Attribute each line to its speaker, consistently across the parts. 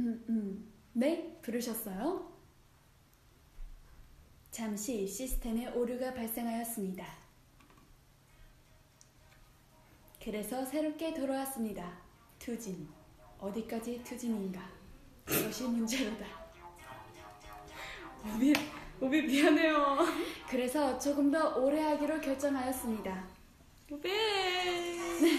Speaker 1: 음, 음. 네, 부르셨어요? 잠시 시스템에 오류가 발생하였습니다. 그래서 새롭게 돌아왔습니다. 투진. 어디까지 투진인가? 그것이 문제로다.
Speaker 2: 오비, 오비 미안해요.
Speaker 1: 그래서 조금 더 오래 하기로 결정하였습니다.
Speaker 2: 오비. 오비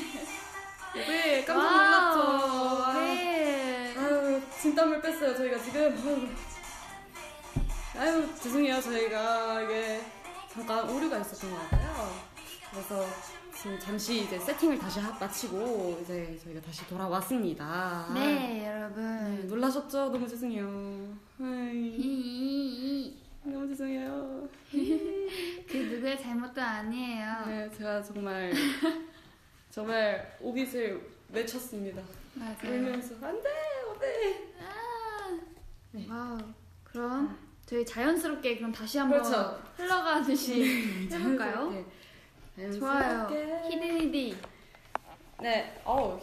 Speaker 2: 네. 깜짝 놀랐죠. 아유,
Speaker 1: 네.
Speaker 2: 아유 진땀을 뺐어요 저희가 지금. 아유, 아유 죄송해요 저희가 이게 잠깐 오류가 있었던 것 같아요. 그래서 지금 잠시 이제 세팅을 다시 하- 마치고 이제 저희가 다시 돌아왔습니다.
Speaker 1: 네,
Speaker 2: 네,
Speaker 1: 여러분.
Speaker 2: 놀라셨죠? 너무 죄송해요. 아이, 너무 죄송해요.
Speaker 1: 그 누구의 잘못도 아니에요.
Speaker 2: 네, 제가 정말 정말 오빛을 외쳤습니다.
Speaker 1: 맞아요.
Speaker 2: 울면서 안돼 안돼. 네.
Speaker 1: 와우. 그럼 저희 자연스럽게 그럼 다시 한번
Speaker 2: 그렇죠.
Speaker 1: 흘러가듯이 해볼까요?
Speaker 2: 네,
Speaker 1: 좋아요.
Speaker 2: 자연스럽게.
Speaker 1: 히든이디.
Speaker 2: 네, 어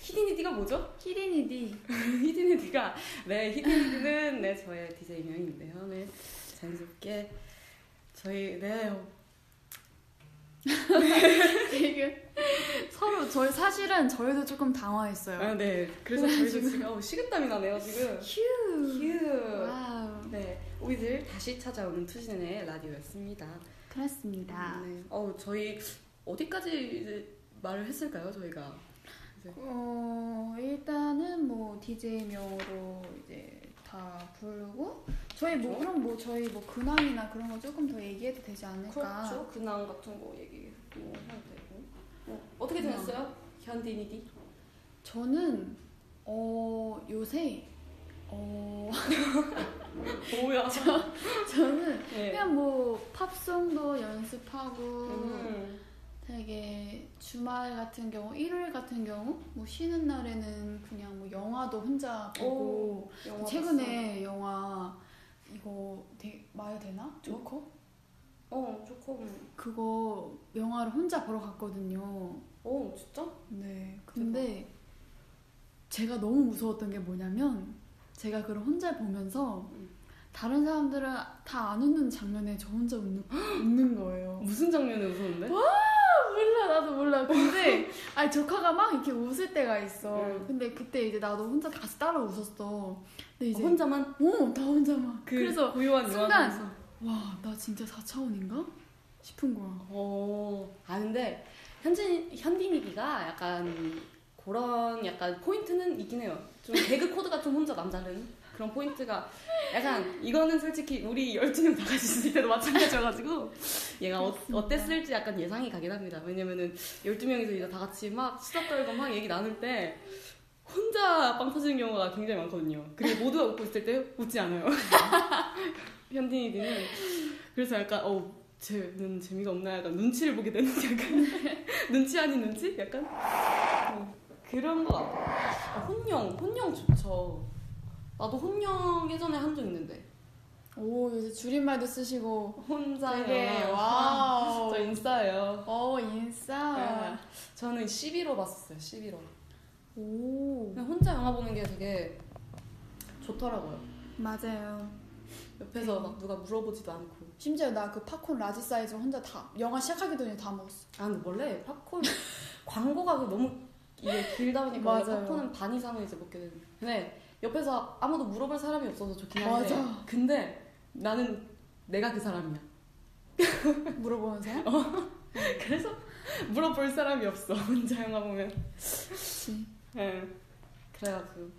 Speaker 2: 히디니디가 뭐죠?
Speaker 1: 히든이디.
Speaker 2: 히디니디가 네 히디니디는 네 저의 디제이 명인데요. 네 자연스럽게 저희 네
Speaker 3: 되게 서로 저희 사실은 저희도 조금 당황했어요.
Speaker 2: 아, 네. 그래서 저희도 지금 어, 식은땀이 나네요 지금.
Speaker 1: 휴.
Speaker 2: 휴.
Speaker 3: 와우.
Speaker 2: 네, 오이들 다시 찾아오는 투신의 라디오였습니다.
Speaker 1: 그렇습니다.
Speaker 2: 네. 어 저희 어디까지 이제 말을 했을까요 저희가?
Speaker 3: 어, 일단은 뭐 DJ 명으로 이제 다 부르고 저희 뭐
Speaker 2: 그렇죠.
Speaker 3: 그럼 뭐 저희 뭐 근황이나 그런 거 조금 더 얘기해도 되지 않을까?
Speaker 2: 그렇죠. 근황 같은 거 얘기도 해도 되고. 어, 어떻게 지냈어요? 현디니디?
Speaker 3: 저는 어 요새 어
Speaker 2: 뭐야?
Speaker 3: 저는
Speaker 2: 네.
Speaker 3: 그냥 뭐 팝송도 연습하고
Speaker 2: 음.
Speaker 3: 되게 주말 같은 경우, 일요일 같은 경우, 뭐 쉬는 날에는 그냥 뭐 영화도 혼자 보고, 그
Speaker 2: 영화
Speaker 3: 최근에 영화 이거 되, 말 되나? 조커?
Speaker 2: 봤어? 어 조금.
Speaker 3: 그거 영화를 혼자 보러 갔거든요.
Speaker 2: 어 진짜?
Speaker 3: 네. 근데 제가 너무 무서웠던 게 뭐냐면 제가 그걸 혼자 보면서
Speaker 2: 음.
Speaker 3: 다른 사람들은 다 안 웃는 장면에 저 혼자 웃는, 웃는 거예요.
Speaker 2: 무슨 장면에 웃었는데?
Speaker 3: 뭐?
Speaker 2: 어,
Speaker 3: 몰라 나도 몰라 근데 아니 조카가 막 이렇게 웃을 때가 있어
Speaker 2: 응.
Speaker 3: 근데 그때 이제 나도 혼자 같이 따라 웃었어 근데 이제
Speaker 2: 혼자만
Speaker 3: 어다 혼자만
Speaker 2: 그
Speaker 3: 그... 래서
Speaker 2: 고요한
Speaker 3: 순간!
Speaker 2: 영화에서.
Speaker 3: 와 나 진짜 4차원인가 싶은 거야
Speaker 2: 어. 아 근데 현진 현디니디가 약간 그런 약간 포인트는 있긴 해요. 좀 개그 코드가 좀 혼자 남다른 그런 포인트가 약간 이거는 솔직히 우리 12명 다 같이 있을 때도 마찬가지여가지고 얘가 어, 어땠을지 약간 예상이 가긴 합니다. 왜냐면은 12명이서 이제 다 같이 막 수다 떨고 막 얘기 나눌 때 혼자 빵 터지는 경우가 굉장히 많거든요. 그리고 모두가 웃고 있을 때 웃지 않아요. 현디니디는 그래서 약간 어 쟤는 재미가 없나 약간 눈치를 보게 되는 약간 눈치 아닌 눈치 약간 어, 그런 거 같아. 요 혼영 혼영 좋죠. 나도 혼영 예전에 한 적 있는데
Speaker 3: 오 요새 줄임말도 쓰시고
Speaker 2: 혼자
Speaker 3: 되게 와우
Speaker 2: 저 인싸예요. 네.
Speaker 3: 어
Speaker 2: 아.
Speaker 3: 인싸
Speaker 2: 저는 11호 봤었어요. 11호.
Speaker 3: 오
Speaker 2: 근데 혼자 영화 보는 게 되게 좋더라고요.
Speaker 3: 맞아요
Speaker 2: 옆에서 막 누가 물어보지도 않고.
Speaker 3: 심지어 나 그 팝콘 라지 사이즈 혼자 다 영화 시작하기 전에 다 먹었어
Speaker 2: 아 근데 원래 팝콘 광고가 그 너무 이게 길다 보니까 원래
Speaker 3: 맞아요.
Speaker 2: 팝콘은 반 이상을 이제 먹게 되는 근데 옆에서 아무도 물어볼 사람이 없어서 좋긴 한데
Speaker 3: 맞아.
Speaker 2: 근데 나는 내가 그 사람이야
Speaker 3: 물어보면서
Speaker 2: 그래서 물어볼 사람이 없어 혼자 영화 보면
Speaker 3: 그치
Speaker 2: 예 그래가지고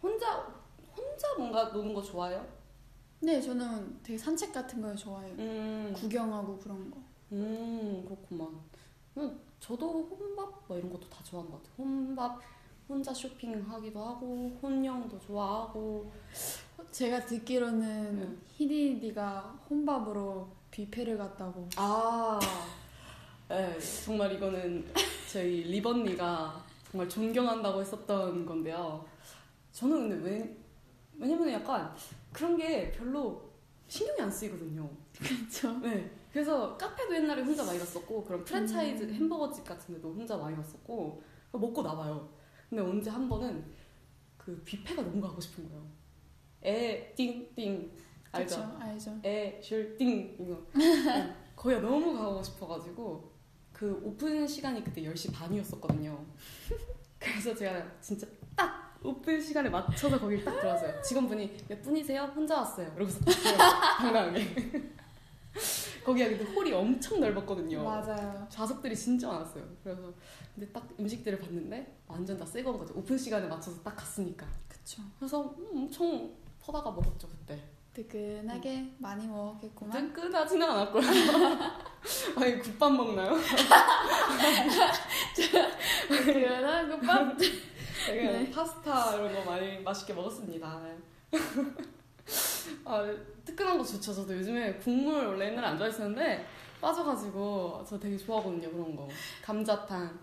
Speaker 2: 혼자 혼자 뭔가 노는 거 좋아해요?
Speaker 3: 네 저는 되게 산책 같은 걸 좋아해요
Speaker 2: 음,
Speaker 3: 구경하고 그런 거.
Speaker 2: 음 그렇구만 근데 저도 혼밥 뭐 이런 것도 다 좋아하는 것 같아요 혼밥 혼자 쇼핑하기도 하고 혼영도 좋아하고
Speaker 3: 제가 듣기로는
Speaker 2: 응.
Speaker 3: 히디디가 혼밥으로 뷔페를 갔다고.
Speaker 2: 아, 네, 정말 이거는 저희 리번니가 정말 존경한다고 했었던 건데요. 저는 근데 왜, 왜냐면 약간 그런 게 별로 신경이 안 쓰이거든요.
Speaker 3: 그렇죠.
Speaker 2: 네. 그래서 카페도 옛날에 혼자 많이 갔었고, 그런 프랜차이즈 햄버거집 같은 데도 혼자 많이 갔었고, 먹고 나와요. 근데 언제 한 번은 그 그 뷔페가 너무 가고 싶은 거예요. 에 띵띵 알죠?
Speaker 3: 그쵸? 알죠.
Speaker 2: 에 슐띵 이거 거기가 너무 가고 싶어가지고 그 오픈 시간이 그때 10시 반이었었거든요. 그래서 제가 진짜 딱 오픈 시간에 맞춰서 거길 딱 들어왔어요. 직원분이 몇 분이세요? 혼자 왔어요. 이러고서 딱 들어갔어요. 당당하게. 거기가 근데 홀이 엄청 넓었거든요.
Speaker 3: 맞아요.
Speaker 2: 좌석들이 진짜 많았어요. 그래서 근데 딱 음식들을 봤는데 완전 다 새 거인 거죠. 오픈 시간에 맞춰서 딱 갔으니까.
Speaker 3: 그쵸.
Speaker 2: 그래서 음, 엄청 퍼다가 먹었죠 그때.
Speaker 3: 뜨끈하게
Speaker 2: 음.
Speaker 3: 많이 먹었겠구만.
Speaker 2: 뜨끈하지는 않았고요. 아니 국밥 먹나요?
Speaker 3: 뜨끈한 국밥.
Speaker 2: 되게
Speaker 3: 네.
Speaker 2: 파스타 이런 거 많이 맛있게 먹었습니다. 아, 뜨끈한 거 좋죠. 저도 요즘에 국물 원래 옛날에 안 좋아했었는데 빠져가지고 저 되게 좋아하거든요 그런 거. 감자탕,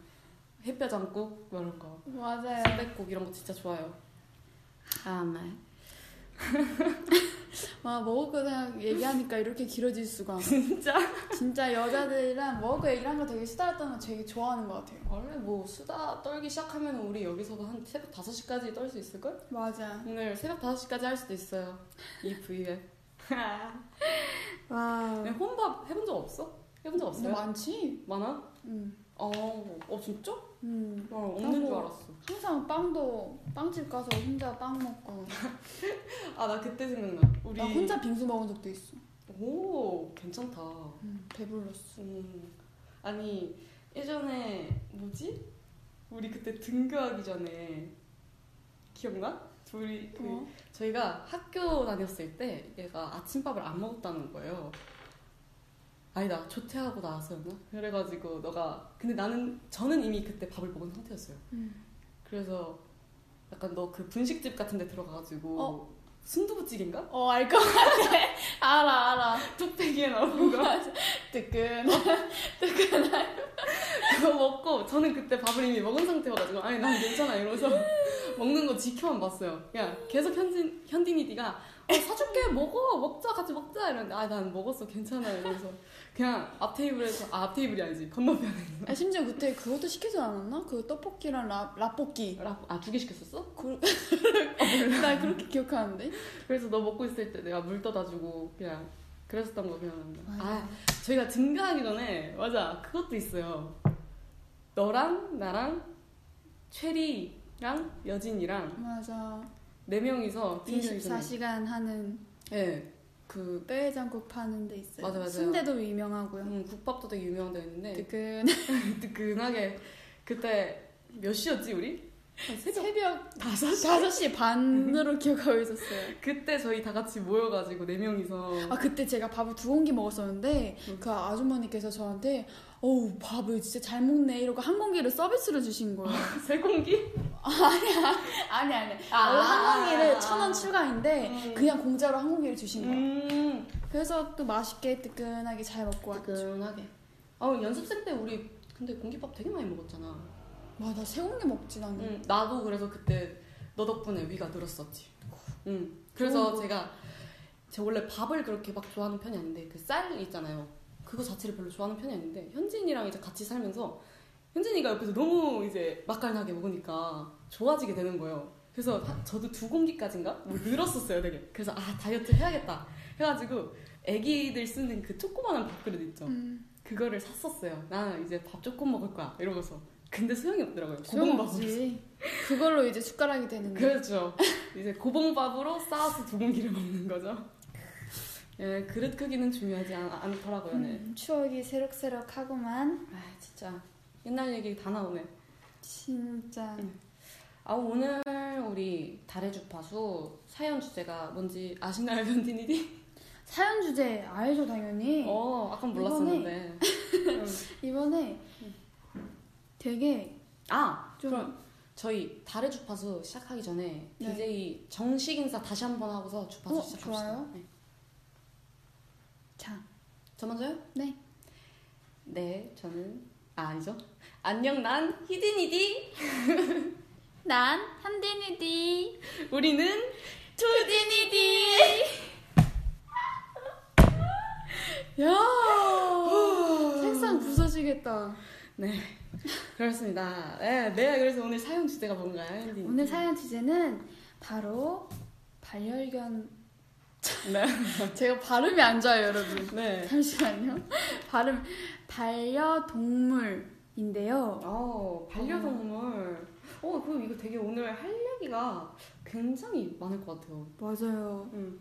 Speaker 2: 햇볕장국 이런 거.
Speaker 3: 맞아요.
Speaker 2: 순댓국 이런 거 진짜 좋아요. 아, 네.
Speaker 3: 막 아, 먹을 거 그냥 얘기하니까 이렇게 길어질 수가.
Speaker 2: 진짜?
Speaker 3: 진짜 여자들이랑 먹을 거 얘기를 한 거 되게 수다였던 거 되게 좋아하는 것 같아요.
Speaker 2: 원래 뭐 수다 떨기 시작하면 우리 여기서도 한 새벽 5시까지 떨 수 있을걸?
Speaker 3: 맞아.
Speaker 2: 오늘 새벽 5시까지 할 수도 있어요. 이 부위에.
Speaker 3: 와.
Speaker 2: 근데 혼밥 해본 적 없어? 해본 적
Speaker 3: 근데
Speaker 2: 없어요?
Speaker 3: 많지?
Speaker 2: 많아?
Speaker 3: 음.
Speaker 2: 어, 어 진짜?
Speaker 3: 음.
Speaker 2: 어, 없는 줄
Speaker 3: 나도.
Speaker 2: 알았어.
Speaker 3: 항상 빵도 빵집 가서 혼자 빵 먹고
Speaker 2: 아, 나 그때 생각나. 우리.
Speaker 3: 나 혼자 빙수 먹은 적도 있어.
Speaker 2: 오, 괜찮다.
Speaker 3: 음, 배불렀어.
Speaker 2: 음. 아니, 예전에, 뭐지? 우리 그때 등교하기 전에, 기억나? 둘이, 그,
Speaker 3: 어?
Speaker 2: 저희가 학교 다녔을 때 얘가 아침밥을 안 먹었다는 거예요. 아니다 조퇴하고 나왔었나? 그래가지고 너가 근데 나는 저는 이미 그때 밥을 먹은 상태였어요.
Speaker 3: 음.
Speaker 2: 그래서 약간 너 그 분식집 같은데 들어가가지고
Speaker 3: 어?
Speaker 2: 순두부찌개인가?
Speaker 3: 어, 알 것 같아. 알아, 알아.
Speaker 2: 뚝배기에 나오는 거
Speaker 3: 뜨끈.
Speaker 2: 그거 먹고 저는 그때 밥을 이미 먹은 상태여가지고 아니 난 괜찮아 이러면서 먹는 거 지켜만 봤어요. 야 계속 현진 현딘이 네가 어, 사줄게 먹어 먹자 같이 먹자 이러는데 아 난 먹었어 괜찮아 이러면서 그냥 앞 테이블에서 아 앞 테이블이 아니지 건너편에
Speaker 3: 아, 심지어 그때 그것도 시키지 않았나? 그 떡볶이랑 라, 라볶이.
Speaker 2: 아두 개 시켰었어?
Speaker 3: 그... 나 그렇게 기억하는데.
Speaker 2: 그래서 너 먹고 있을 때 내가 물 떠다 주고 그냥 그랬었던 거 그냥 아 저희가 등교하기 전에 맞아 그것도 있어요. 너랑 나랑 최리랑 여진이랑
Speaker 3: 맞아.
Speaker 2: 네 명이서 등교하기 전에
Speaker 3: 24시간 하는
Speaker 2: 예. 그
Speaker 3: 뼈해장국 파는 데 있어요.
Speaker 2: 맞아, 네. 맞아요.
Speaker 3: 순대도 유명하고요.
Speaker 2: 음, 국밥도 되게 유명한 데였는데
Speaker 3: 뜨끈.
Speaker 2: 뜨끈하게 그때 몇 시였지 우리? 새벽
Speaker 3: 새벽
Speaker 2: 다섯 시 음.
Speaker 3: 5시 반으로 기억하고 있었어요.
Speaker 2: 그때 저희 다 같이 모여가지고 네 명이서
Speaker 3: 아 그때 제가 밥을 두 공기 먹었었는데
Speaker 2: 음.
Speaker 3: 그 아주머니께서 저한테 어우 밥을 진짜 잘 먹네 이러고 한 공기를 서비스로 주신 거예요.
Speaker 2: 세 공기?
Speaker 3: 아니 아니.
Speaker 2: 아.
Speaker 3: 원래 어, 한 공기를 천 원 추가인데
Speaker 2: 음.
Speaker 3: 그냥 공짜로 한 공기를 주신 거예요.
Speaker 2: 음
Speaker 3: 그래서 또 맛있게 뜨끈하게 잘 먹고 왔죠.
Speaker 2: 뜨끈하게. 그 아 연습생 때 우리 근데 공깃밥 되게 많이 먹었잖아.
Speaker 3: 와나 세 공기 먹진 않네.
Speaker 2: 응 나도 그래서 그때 너 덕분에 위가 늘었었지. 응 그래서 제가 제가 원래 밥을 그렇게 막 좋아하는 편이 아닌데 그 쌀 있잖아요. 그거 자체를 별로 좋아하는 편이 아닌데 현진이랑 이제 같이 살면서 현진이가 옆에서 너무 이제 맛깔나게 먹으니까 좋아지게 되는 거예요. 그래서 하- 저도 두 공기까지인가 뭐 늘었었어요, 되게. 그래서 아 다이어트 해야겠다 해가지고 애기들 쓰는 그 조그마한 밥그릇 있죠.
Speaker 3: 음.
Speaker 2: 그거를 샀었어요. 나 이제 밥 조금 먹을 거야 이러고서. 근데 소용이 없더라고요. 고봉밥으로.
Speaker 3: 소용없지. 그걸로 이제 숟가락이 되는 거.
Speaker 2: 그렇죠. 이제 고봉밥으로 싸서 두 공기를 먹는 거죠. 예, 그릇 크기는 중요하지 않, 않더라고요. 네.
Speaker 3: 음, 추억이 새록새록하고만
Speaker 2: 아 진짜 옛날 얘기 다 나오네.
Speaker 3: 진짜
Speaker 2: 아 오늘 우리 달의 주파수 사연 주제가 뭔지 아시나요, 변디니디?
Speaker 3: 사연 주제 알죠 당연히
Speaker 2: 어, 아까 몰랐었는데. 음.
Speaker 3: 이번에 되게
Speaker 2: 아,
Speaker 3: 좀-
Speaker 2: 그럼 저희 달의 주파수 시작하기 전에
Speaker 3: 네.
Speaker 2: DJ 정식 인사 다시 한번 하고서 주파수
Speaker 3: 어,
Speaker 2: 시작합시다.
Speaker 3: 좋아요.
Speaker 2: 네.
Speaker 3: 자
Speaker 2: 저 먼저요?
Speaker 3: 네.
Speaker 2: 네, 저는 아, 아니죠. 안녕, 난 히딘이디.
Speaker 3: 난 한디니디
Speaker 2: 우리는
Speaker 3: 투디니디 야 책상 부서지겠다
Speaker 2: 네 그렇습니다. 네, 네, 그래서 오늘 사연 주제가 뭔가요, 현디?
Speaker 1: 오늘 사연 주제는 바로 발열견
Speaker 2: 네.
Speaker 3: 제가 발음이 안 좋아요, 여러분.
Speaker 2: 네.
Speaker 3: 잠시만요.
Speaker 1: 발음 반려동물인데요.
Speaker 2: 어, 반려동물. 어, 그럼 이거 되게 오늘 할 얘기가 굉장히 많을 것 같아요.
Speaker 1: 맞아요.
Speaker 2: 음.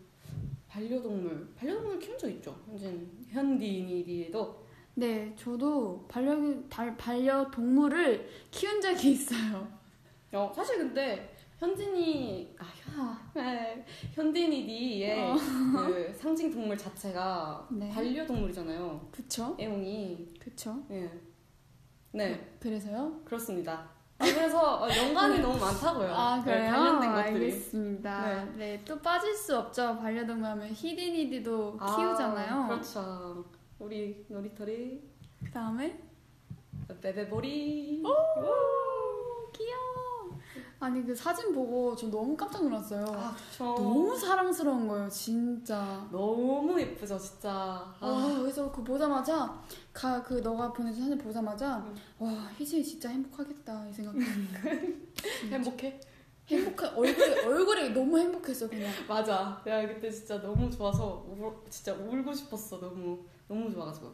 Speaker 2: 반려동물. 반려동물 키운 적 있죠? 현진, 현디니디에도.
Speaker 1: 네, 저도 반려 달- 반려동물을 키운 적이 있어요.
Speaker 2: 어, 사실 근데 현진이, 아, 현, 네, 현디니디의
Speaker 1: 어.
Speaker 2: 그 상징 동물 자체가
Speaker 1: 네. 어?
Speaker 2: 반려동물이잖아요.
Speaker 1: 그쵸?
Speaker 2: 애용이.
Speaker 1: 그쵸?
Speaker 2: 예. 네,
Speaker 1: 그래서요?
Speaker 2: 그렇습니다. 아, 그래서 어, 연관이 너무 많다고요.
Speaker 1: 아,
Speaker 2: 네,
Speaker 1: 그래요?
Speaker 2: 관련된 것들이.
Speaker 1: 알겠습니다. 네. 또 빠질 수 없죠. 반려동물 하면 히디니디도
Speaker 2: 아,
Speaker 1: 키우잖아요.
Speaker 2: 그렇죠. 우리 놀이터리
Speaker 1: 그 다음에
Speaker 2: 베베보리.
Speaker 1: 귀여워.
Speaker 3: 아니, 그 사진 보고 저 너무 깜짝 놀랐어요.
Speaker 2: 아, 그렇죠.
Speaker 3: 너무 사랑스러운 거예요, 진짜.
Speaker 2: 너무 예쁘죠, 진짜. 아,
Speaker 3: 와, 그래서 그 보자마자 가 그 너가 보내준 사진 보자마자
Speaker 2: 음.
Speaker 3: 와 희진이 진짜 행복하겠다 이 생각.
Speaker 2: 행복해.
Speaker 3: 행복한 얼굴 얼굴이 너무 행복했어 그냥.
Speaker 2: 맞아. 내가 그때 진짜 너무 좋아서 울, 진짜 울고 싶었어. 너무 너무 좋아가지고.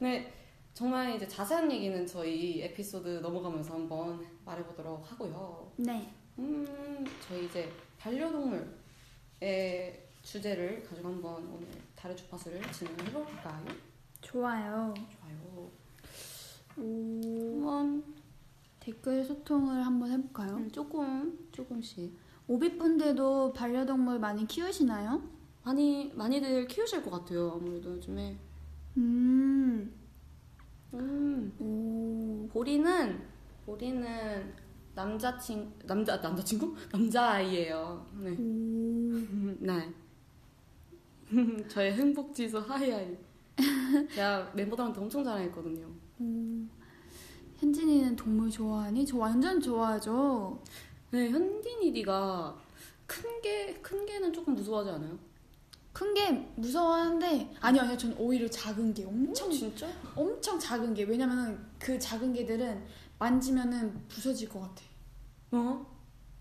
Speaker 2: 네, 정말 이제 자세한 얘기는 저희 에피소드 넘어가면서 한번 말해보도록 하고요.
Speaker 1: 네.
Speaker 2: 음, 저희 이제 반려동물의 주제를 가지고 한번 오늘 달의 주파수를 진행해 볼까요?
Speaker 1: 좋아요.
Speaker 2: 좋아요.
Speaker 1: 오.
Speaker 2: 한번
Speaker 1: 댓글 소통을 한번 해볼까요?
Speaker 2: 조금 조금씩
Speaker 1: 오비분들도 반려동물 많이 키우시나요?
Speaker 2: 많이 많이들 키우실 것 같아요. 아무래도 요즘에
Speaker 1: 음.
Speaker 2: 음.
Speaker 1: 오.
Speaker 2: 보리는 보리는 남자친 남자 남자친구 남자아이예요. 네.
Speaker 1: 오.
Speaker 2: 네. 저의 행복 지수 하이하이. 제가 멤버들한테 엄청 자랑했거든요.
Speaker 1: 오. 음, 현진이는 동물 좋아하니? 저 완전 좋아하죠.
Speaker 2: 네, 현디니디가 큰 게 큰 개는 조금 무서워하지 않아요?
Speaker 3: 큰 게 무서워하는데 아니요 아니요 전 오히려 작은 게 엄청
Speaker 2: 음. 진짜?
Speaker 3: 엄청 작은 게 왜냐면은 그 작은 개들은 만지면은 부서질 것 같아.
Speaker 2: 어?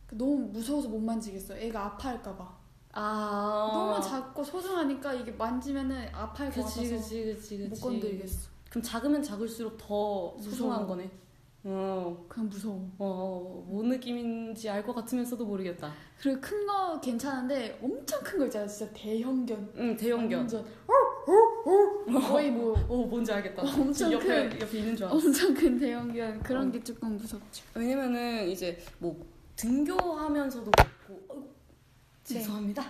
Speaker 3: 그 너무 무서워서 못 만지겠어. 애가 아파할까 봐.
Speaker 2: 아.
Speaker 3: 너무 작고 소중하니까 이게 만지면은 아파할 것
Speaker 2: 그치,
Speaker 3: 같아서
Speaker 2: 그치, 그치, 그치.
Speaker 3: 못 건드리겠어.
Speaker 2: 그럼 작으면 작을수록 더 소중한
Speaker 3: 무서워.
Speaker 2: 거네. 어,
Speaker 3: 그냥 무서워.
Speaker 2: 어, 뭔 느낌인지 알 것 같으면서도 모르겠다.
Speaker 3: 그리고 큰 거 괜찮은데 엄청 큰 거 있잖아. 진짜 대형견.
Speaker 2: 응, 대형견.
Speaker 3: 완전 호호호 거의 뭐
Speaker 2: 오 어, 뭔지 알겠다.
Speaker 3: 엄청
Speaker 2: 지금 옆에
Speaker 3: 큰.
Speaker 2: 옆에 있는 줄 알았어.
Speaker 1: 엄청 큰 대형견 그런 게 조금 무섭죠.
Speaker 2: 왜냐면은 이제 뭐 등교하면서도 그렇고 어이구, 죄송합니다.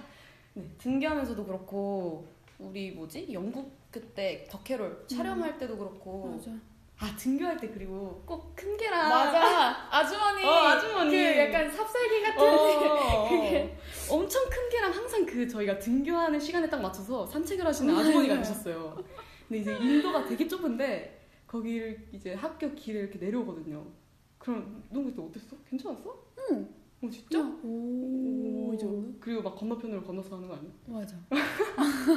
Speaker 2: 네. 등교하면서 그렇고 우리 뭐지 영국 그때 덕캐롤 촬영할 때도 그렇고
Speaker 3: 맞아.
Speaker 2: 아 등교할 때 그리고 꼭 큰 개랑
Speaker 3: 맞아. 아주머니.
Speaker 2: 어, 아주머니.
Speaker 3: 그 약간 삽살기 같은.
Speaker 2: 어,
Speaker 3: 그게.
Speaker 2: 엄청 큰 개랑 항상 그 저희가 등교하는 시간에 딱 맞춰서 산책을 하시는 아주머니가
Speaker 3: 맞아요.
Speaker 2: 계셨어요. 근데 이제 인도가 되게 좁은데 거기를 이제 학교 길을 이렇게 내려오거든요. 그럼 너무 그때 어땠어? 괜찮았어?
Speaker 3: 응.
Speaker 2: 어 진짜?
Speaker 3: 오.
Speaker 2: 이제 그리고 막 건너편으로 건너서 하는 거 아니야?
Speaker 3: 맞아.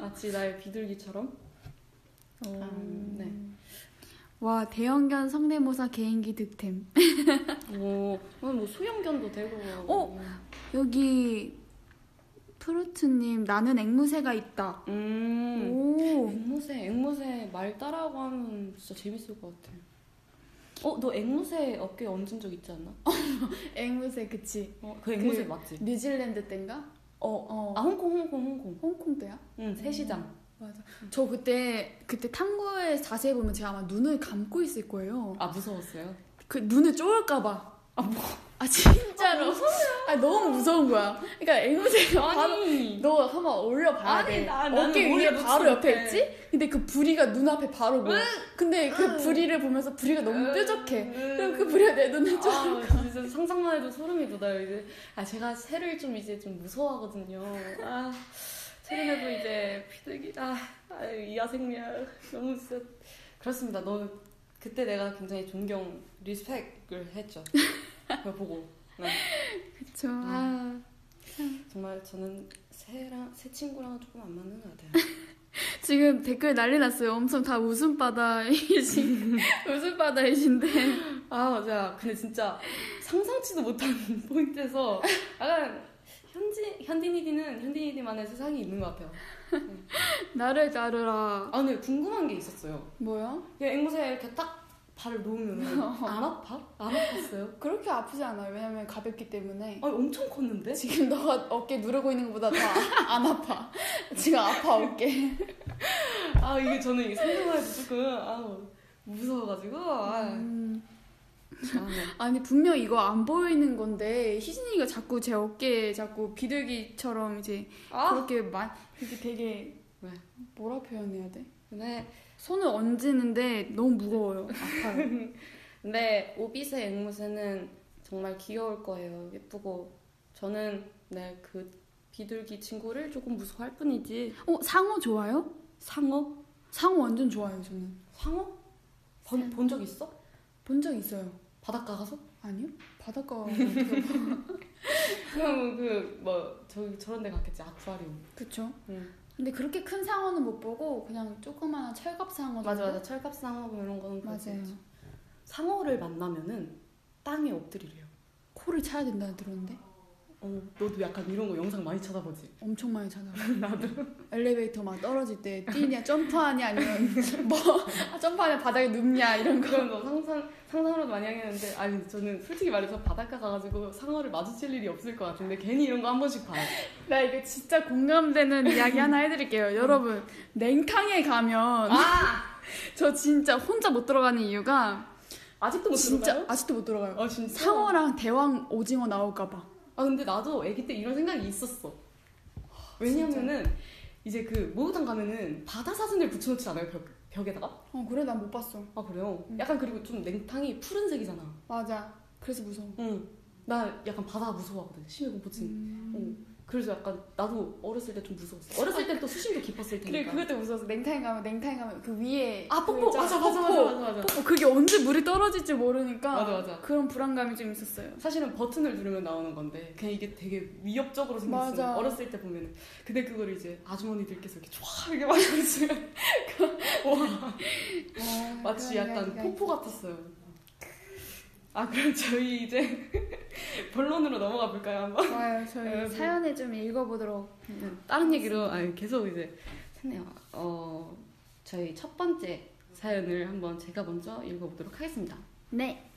Speaker 2: 마치 나의 비둘기처럼. 음, 네.
Speaker 1: 와 대형견 성대모사 개인기 득템.
Speaker 2: 뭐, 오늘 뭐 소형견도 되고.
Speaker 1: 어? 여기 프루트님 나는 앵무새가 있다.
Speaker 2: 음.
Speaker 1: 오.
Speaker 2: 앵무새, 앵무새 말 따라고 하면 진짜 재밌을 것 같아. 어, 너 앵무새 어깨 얹은 적 있지 않나?
Speaker 3: 앵무새 그치.
Speaker 2: 어, 그 앵무새
Speaker 3: 그-
Speaker 2: 맞지?
Speaker 3: 뉴질랜드 땐가?
Speaker 2: 어,
Speaker 3: 어.
Speaker 2: 아 홍콩, 홍콩, 홍콩.
Speaker 3: 홍콩 때야?
Speaker 2: 응, 새시장.
Speaker 3: 맞아. 저 그때 그때 탐구에 자세히 보면 제가 아마 눈을 감고 있을 거예요.
Speaker 2: 아 무서웠어요?
Speaker 3: 그 눈을 쪼을까 봐. 아 뭐? 아 진짜로? 아 너무 무서운 거야. 그러니까 앵무새가 바로
Speaker 2: 아니.
Speaker 3: 너 한번 올려봐야
Speaker 2: 아니,
Speaker 3: 돼.
Speaker 2: 나- 나는
Speaker 3: 어깨
Speaker 2: 올려
Speaker 3: 위에
Speaker 2: 놓지
Speaker 3: 바로 옆에
Speaker 2: 못해.
Speaker 3: 있지? 근데 그 부리가 눈앞에 바로 보여. 근데 그 부리를 보면서 부리가 너무 뾰족해.
Speaker 2: 음.
Speaker 3: 그럼 그 부리가 내 눈에 쪼.
Speaker 2: 아, 진짜 상상만 해도 소름이 돋아요. 이제 아 제가 새를 좀 이제 좀 무서워하거든요. 아 최근에도 이제 비둘기 아, 아 이하생명 너무 진짜 그렇습니다. 너 그때 내가 굉장히 존경 리스펙을 했죠. 그거 보고 네.
Speaker 1: 그쵸. 아,
Speaker 2: 정말 저는 새랑 새 친구랑 은 조금 안 맞는 것 같아요.
Speaker 1: 지금 댓글 난리 났어요. 엄청 다 웃음바다이신, 웃음바다이신데.
Speaker 2: 아 맞아. 근데 진짜 상상치도 못한 포인트에서 약간 현지 현디니디는 현디니디만의 세상이 있는 것 같아요.
Speaker 1: 나를 자르라.
Speaker 2: 아 근데 궁금한 게 있었어요.
Speaker 3: 뭐야?
Speaker 2: 그냥 앵무새 이렇게 딱 발을 놓으면 안 아파? 안 아팠어요?
Speaker 3: 그렇게 아프지 않아요. 왜냐면 가볍기 때문에.
Speaker 2: 아니 엄청 컸는데?
Speaker 3: 지금 너가 어깨 누르고 있는 것보다 더 안 아파. 지금 아파 어깨.
Speaker 2: 아 이게 저는 이게 상상해도 조금 아우 뭐, 무서워가지고 아,
Speaker 1: 음,
Speaker 2: 아,
Speaker 1: 아니, 분명 이거 안 보이는 건데, 희진이가 자꾸 제 어깨에 자꾸 비둘기처럼 이제
Speaker 2: 아
Speaker 1: 그렇게 막, 이렇게 되게
Speaker 3: 뭐라 표현해야 돼?
Speaker 2: 근데
Speaker 1: 손을 얹는데 너무 무거워요. 아파요.
Speaker 2: 근데 오빛의 앵무새는 정말 귀여울 거예요 예쁘고 저는 네 그 비둘기 친구를 조금 무서워할 뿐이지
Speaker 1: 어, 상어 좋아요?
Speaker 2: 상어
Speaker 1: 상어 완전 좋아요, 저는.
Speaker 2: 상어 본 적 있어
Speaker 3: 본 적 있어요.
Speaker 2: 바닷가 가서
Speaker 3: 아니요? 바닷가 어떻게 봐?
Speaker 2: 그럼 그뭐저 저런 데 갔겠지 아쿠아리움
Speaker 3: 그쵸?
Speaker 2: 응.
Speaker 3: 근데 그렇게 큰 상어는 못 보고 그냥 조그마한 철갑 상어 정도?
Speaker 2: 맞아 맞아 철갑 상어 뭐 이런 거는 그럴 수
Speaker 3: 맞아요.
Speaker 2: 있지. 상어를 만나면은 땅에 엎드리래요
Speaker 3: 코를 차야 된다 들었는데
Speaker 2: 어 너도 약간 이런 거 영상 많이 찾아보지
Speaker 3: 엄청 많이 찾아. 나도 엘리베이터 막 떨어질 때 뛰냐 점프하냐 아니면 뭐 아, 점프하냐 바닥에 눕냐 이런 거.
Speaker 2: 그건 너 상상 상상으로 많이 하겠는데 아니 근데 저는 솔직히 말해서 바닷가 가가지고 상어를 마주칠 일이 없을 것 같은데 괜히 이런 거 한 번씩 봐요.
Speaker 1: 나 이거 진짜 공감되는 이야기 하나
Speaker 2: 음.
Speaker 1: 해드릴게요. 여러분, 냉탕에 가면
Speaker 2: 아!
Speaker 1: 저 진짜 혼자 못 들어가는 이유가
Speaker 2: 아직도 못
Speaker 3: 진짜
Speaker 2: 들어가요?
Speaker 3: 아직도 못 들어가요.
Speaker 2: 아 진짜?
Speaker 1: 상어랑 대왕 오징어 나올까봐.
Speaker 2: 아 근데 나도 아기 때 이런 생각이 있었어. 왜냐면은 이제 그 목욕탕 가면은 바다 사진을 붙여놓지 않아요 벽 벽에다가?
Speaker 3: 어 그래 난 못 봤어.
Speaker 2: 아 그래요?
Speaker 3: 음.
Speaker 2: 약간 그리고 좀 냉탕이 푸른색이잖아.
Speaker 3: 맞아. 그래서 무서워.
Speaker 2: 응. 나 약간 바다 무서워하거든. 심해공포증. 응. 그래서 약간 나도 어렸을 때 좀 무서웠어. 어렸을 땐 또 수심도 깊었을 테니까.
Speaker 3: 그래 그것도 무서워서 냉탕에 가면 냉탕에 가면 그 위에
Speaker 2: 아
Speaker 3: 그
Speaker 2: 폭포
Speaker 3: 그러니까. 있잖아.
Speaker 2: 맞아 맞아 맞아
Speaker 3: 폭포.
Speaker 2: 맞아 맞아.
Speaker 1: 어, 그게 언제 물이 떨어질지 모르니까
Speaker 2: 맞아, 맞아.
Speaker 1: 그런 불안감이 좀 있었어요.
Speaker 2: 사실은 버튼을 누르면 나오는 건데 그냥 이게 되게 위협적으로 생겼어요
Speaker 3: 맞아.
Speaker 2: 어렸을 때 보면은 근데 그걸 이제 아주머니들께서 이렇게 촤 이렇게 막 그러시면 와
Speaker 3: 어,
Speaker 2: 마치
Speaker 3: 그런
Speaker 2: 약간
Speaker 3: 이야기가
Speaker 2: 폭포 같았어요 아 그럼 저희 이제 본론으로 넘어가 볼까요 한번?
Speaker 3: 있- 좋아요
Speaker 2: 음.
Speaker 3: 저희 사연을 좀 읽어보도록
Speaker 2: 다른 얘기로 아 계속 이제 했네요 어 저희 첫 번째 사연을 한번 제가 먼저 읽어보도록 하겠습니다
Speaker 1: 네.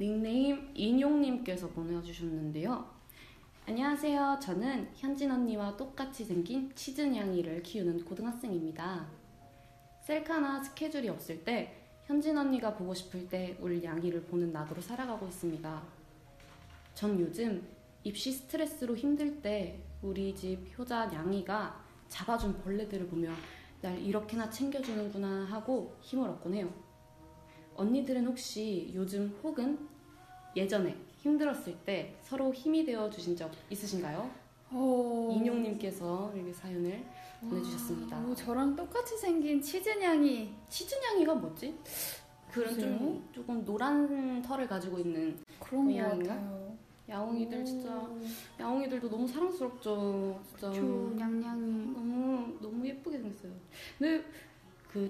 Speaker 2: 닉네임 인용님께서 보내주셨는데요. 안녕하세요. 저는 현진 언니와 똑같이 생긴 치즈냥이를 키우는 고등학생입니다. 셀카나 스케줄이 없을 때 현진 언니가 보고 싶을 때 우리 양이를 보는 낙으로 살아가고 있습니다. 전 요즘 입시 스트레스로 힘들 때 우리 집 효자 양이가 잡아준 벌레들을 보며 날 이렇게나 챙겨주는구나 하고 힘을 얻곤 해요. 언니들은 혹시 요즘 혹은 예전에 힘들었을 때 서로 힘이 되어 주신 적 있으신가요?
Speaker 1: 어...
Speaker 2: 인용님께서 이렇게 사연을 보내주셨습니다.
Speaker 1: 오, 저랑 똑같이 생긴 치즈냥이.
Speaker 2: 치즈냥이가 뭐지? 그런 좀 조금 노란 털을 가지고 있는
Speaker 3: 그런 거
Speaker 2: 고양이인가?
Speaker 3: 같아요. 어.
Speaker 2: 야옹이들 진짜 야옹이들도 너무 사랑스럽죠. 진짜
Speaker 1: 저 냥냥이.
Speaker 2: 너무 너무 예쁘게 생겼어요. 근데 그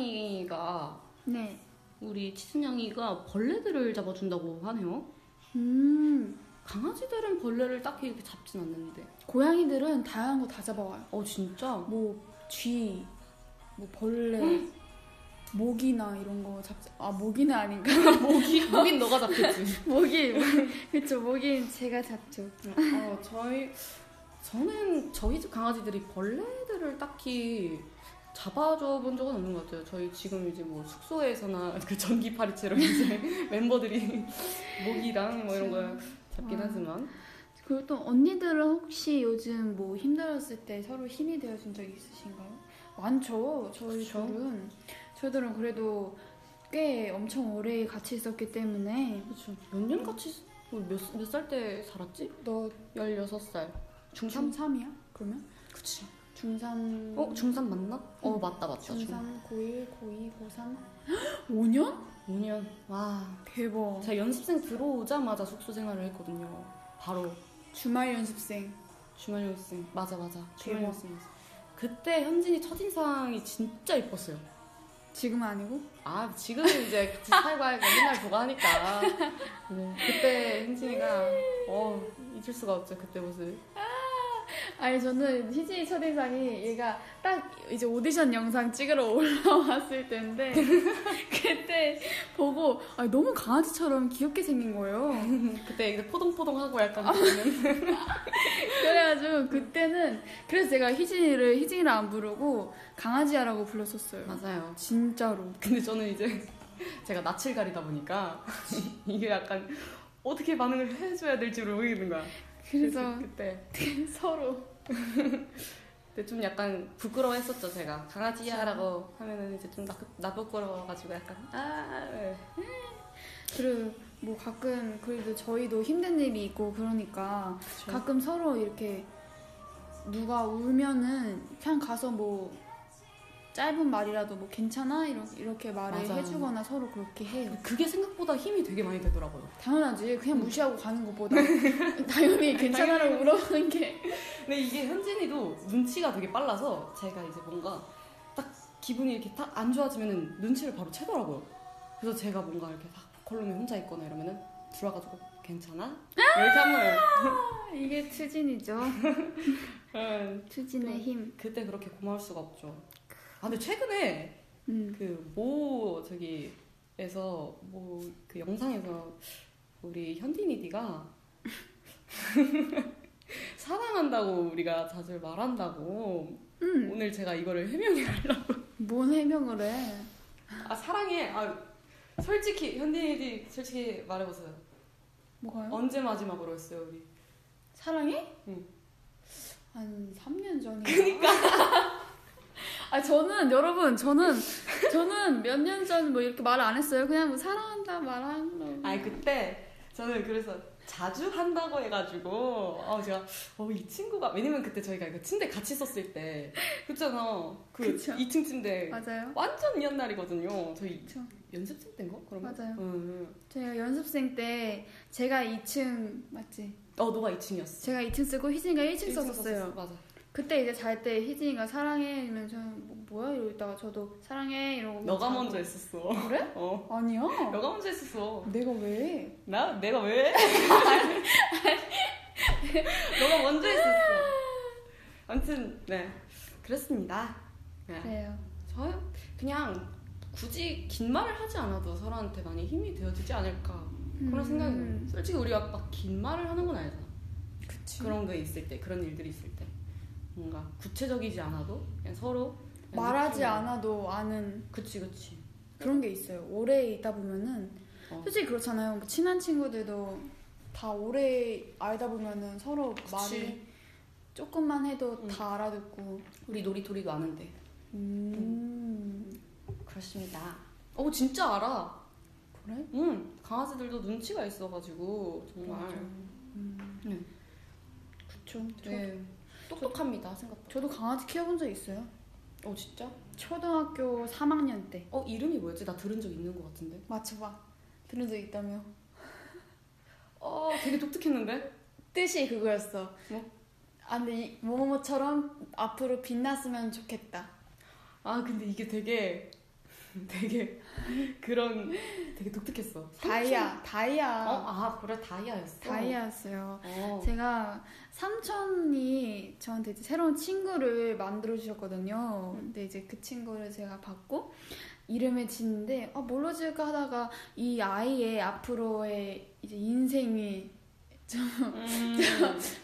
Speaker 2: 치즈냥이가
Speaker 1: 네.
Speaker 2: 우리 치즈냥이가 벌레들을 잡아준다고 하네요.
Speaker 1: 음.
Speaker 2: 강아지들은 벌레를 딱히 이렇게 잡진 않는데.
Speaker 3: 고양이들은 다양한 거 다 잡아와요.
Speaker 2: 어 진짜?
Speaker 3: 뭐 쥐, 뭐 벌레, 모기나 이런 거 잡지. 아 모기는 아닌가?
Speaker 2: 모기 모긴 너가 잡겠지.
Speaker 1: 모기. 그쵸, 모기는 제가 잡죠.
Speaker 2: 어 저희 저는 저희 집 강아지들이 벌레들을 딱히 잡아줘 본 적은 없는 것 같아요. 저희 지금 이제 뭐 숙소에서나 그 전기 파리채로 이제 멤버들이 모기랑 뭐 이런 거 잡긴
Speaker 1: 아.
Speaker 2: 하지만
Speaker 1: 그리고 또 언니들은 혹시 요즘 뭐 힘들었을 때 서로 힘이 되어준 적 있으신가요?
Speaker 3: 많죠. 저희
Speaker 2: 그쵸?
Speaker 3: 둘은 저희들은 그래도 꽤 엄청 오래 같이 있었기 때문에
Speaker 2: 그렇죠. 몇 년 같이 뭐 몇몇살 때 살았지?
Speaker 3: 너
Speaker 2: 16살. 중3?
Speaker 3: 중3이야? 그러면
Speaker 2: 그치.
Speaker 3: 중3
Speaker 2: 어, 중3 맞나? 어, 맞다, 맞다. 중3.
Speaker 3: 중3 고1 고2 고3 5년?
Speaker 2: 5년. 와.
Speaker 3: 대박.
Speaker 2: 제가 연습생 들어오자마자 숙소 생활을 했거든요. 바로
Speaker 3: 주말 연습생.
Speaker 2: 주말 연습생. 맞아 맞아. 주말
Speaker 3: 대박.
Speaker 2: 연습생. 그때 현진이 첫인상이 진짜 예뻤어요.
Speaker 1: 지금은 아니고?
Speaker 2: 아 지금은 이제 살과 맨날 보고 하니까 네, 그때 현진이가 어 잊을 수가 없죠 그때 모습.
Speaker 1: 아니 저는 희진이 첫인상이 얘가 딱 이제 오디션 영상 찍으러 올라왔을 때인데 그때 보고 아니, 너무 강아지처럼 귀엽게 생긴 거예요.
Speaker 2: 그때 이제 포동포동하고 약간 그러는.
Speaker 1: 그래가지고 그때는 그래서 제가 희진이를 희진이라 안 부르고 강아지야라고 불렀었어요.
Speaker 2: 맞아요.
Speaker 1: 진짜로.
Speaker 2: 근데 저는 이제 제가 낯을 가리다 보니까 이게 약간 어떻게 반응을 해줘야 될지를 모르겠는 거야.
Speaker 1: 그래서
Speaker 2: 그때
Speaker 1: 서로
Speaker 2: 근데 좀 약간 부끄러워했었죠 제가 강아지야라고 하면은 이제 좀 나, 나 부끄러워가지고 약간 아 네.
Speaker 1: 그리고 뭐 가끔 그래도 저희도 힘든 일이 있고 그러니까 가끔 서로 이렇게 누가 울면은 그냥 가서 뭐 짧은 말이라도 뭐 괜찮아 이러- 이렇게 말을
Speaker 2: 맞아요.
Speaker 1: 해주거나 서로 그렇게 해요.
Speaker 2: 그게 생각보다 힘이 되게 많이 되더라고요.
Speaker 1: 당연하지 그냥 무시하고 가는 것보다 당연히 괜찮아라고 물어보는 게
Speaker 2: 근데 이게 현진이도 눈치가 되게 빨라서 제가 이제 뭔가 딱 기분이 이렇게 딱 안 좋아지면은 눈치를 바로 채더라고요. 그래서 제가 뭔가 이렇게 딱 컬룸에 혼자 있거나 이러면은 들어와가지고 괜찮아? 이렇게 한 거예요.
Speaker 1: 아, 이게 추진이죠.
Speaker 2: 응.
Speaker 1: 추진의 힘.
Speaker 2: 그때 그렇게 고마울 수가 없죠. 아 근데 최근에
Speaker 1: 음.
Speaker 2: 그 모 저기에서 뭐 그 영상에서 우리 현디니디가 사랑한다고 우리가 자주 말한다고
Speaker 1: 음.
Speaker 2: 오늘 제가 이거를 해명해
Speaker 1: 뭔 해명을 해?
Speaker 2: 아 사랑해 아 솔직히 현디니디 솔직히 말해보세요
Speaker 1: 뭐가요?
Speaker 2: 언제 마지막으로 했어요 우리
Speaker 1: 어? 사랑해?
Speaker 2: 응.
Speaker 3: 한 3년 전이
Speaker 1: 아 저는 여러분 저는 저는 몇 년 전 뭐 이렇게 말을 안 했어요. 그냥 뭐 사랑한다 말한 거.
Speaker 2: 아니 그때 저는 그래서 자주 한다고 해가지고 어 제가 어 이 친구가 왜냐면 그때 저희가 이거 침대 같이 썼을 때 그랬잖아 그
Speaker 1: 그쵸.
Speaker 2: 2층 침대
Speaker 1: 맞아요.
Speaker 2: 완전 옛날이거든요 저희
Speaker 1: 그쵸.
Speaker 2: 연습생 때인가 그러면
Speaker 1: 맞아요.
Speaker 2: 응, 응.
Speaker 1: 제가 연습생 때 제가 2층 맞지?
Speaker 2: 어 너가 2층이었어
Speaker 1: 제가 2층 쓰고 희진이가 1층, 썼었어요.
Speaker 2: 맞아
Speaker 1: 그때 이제 잘 때 희진이가 사랑해 이러면 저는 뭐, 뭐야 이러고 있다가 저도 사랑해 이러고
Speaker 2: 너가
Speaker 1: 자고.
Speaker 2: 먼저 했었어
Speaker 1: 그래?
Speaker 2: 어
Speaker 1: 아니야.
Speaker 2: 너가 먼저 했었어
Speaker 1: 내가 왜?
Speaker 2: 나 내가 왜 너가 먼저 했었어 아무튼 네 그렇습니다 네.
Speaker 1: 그래요.
Speaker 2: 저요? 그냥 굳이 긴 말을 하지 않아도 서로한테 많이 힘이 되어지지 않을까 그런
Speaker 1: 음.
Speaker 2: 생각이 들어요. 솔직히 우리가 막 긴 말을 하는 건 아니잖아
Speaker 1: 그치.
Speaker 2: 그런 게 있을 때 그런 일들이 있을 때 뭔가 구체적이지 않아도 그냥 서로 그냥
Speaker 1: 말하지
Speaker 2: 느끼는.
Speaker 1: 않아도 아는
Speaker 2: 그치 그치
Speaker 1: 그런 게 있어요. 오래 있다 보면은
Speaker 2: 어.
Speaker 1: 솔직히 그렇잖아요. 뭐 친한 친구들도 다 오래 알다 보면은 서로 말이
Speaker 2: 말이
Speaker 1: 조금만 해도
Speaker 2: 음.
Speaker 1: 다 알아듣고
Speaker 2: 우리 놀이토리도 아는데
Speaker 1: 음
Speaker 2: 그렇습니다 어 진짜 알아
Speaker 1: 그래?
Speaker 2: 응 강아지들도 눈치가 있어가지고 정말
Speaker 1: 맞아. 그렇죠. 음.
Speaker 2: 네.
Speaker 1: 그쵸. 저,
Speaker 2: 네 똑똑합니다 생각
Speaker 1: 저도 강아지 키워본 적 있어요.
Speaker 2: 어 진짜?
Speaker 1: 초등학교 3학년 때.
Speaker 2: 어 이름이 뭐였지? 나 들은 적 있는 것 같은데
Speaker 1: 맞춰봐. 들은 적 있다며.
Speaker 2: 어 되게 독특했는데
Speaker 1: 뜻이 그거였어.
Speaker 2: 뭐?
Speaker 1: 아, 근데 이 뭐뭐처럼 앞으로 빛났으면 좋겠다.
Speaker 2: 아 근데 이게 되게 되게 그런 되게 독특했어.
Speaker 1: 다이아, 다이아.
Speaker 2: 어아 그래 다이아였어.
Speaker 1: 다이아였어요.
Speaker 2: 어.
Speaker 1: 제가 삼촌이 저한테 이제 새로운 친구를 만들어 주셨거든요. 근데 이제 그 친구를 제가 받고 이름을 짓는데 아, 뭘로 지을까 하다가 이 아이의 앞으로의 이제 인생이
Speaker 2: 음.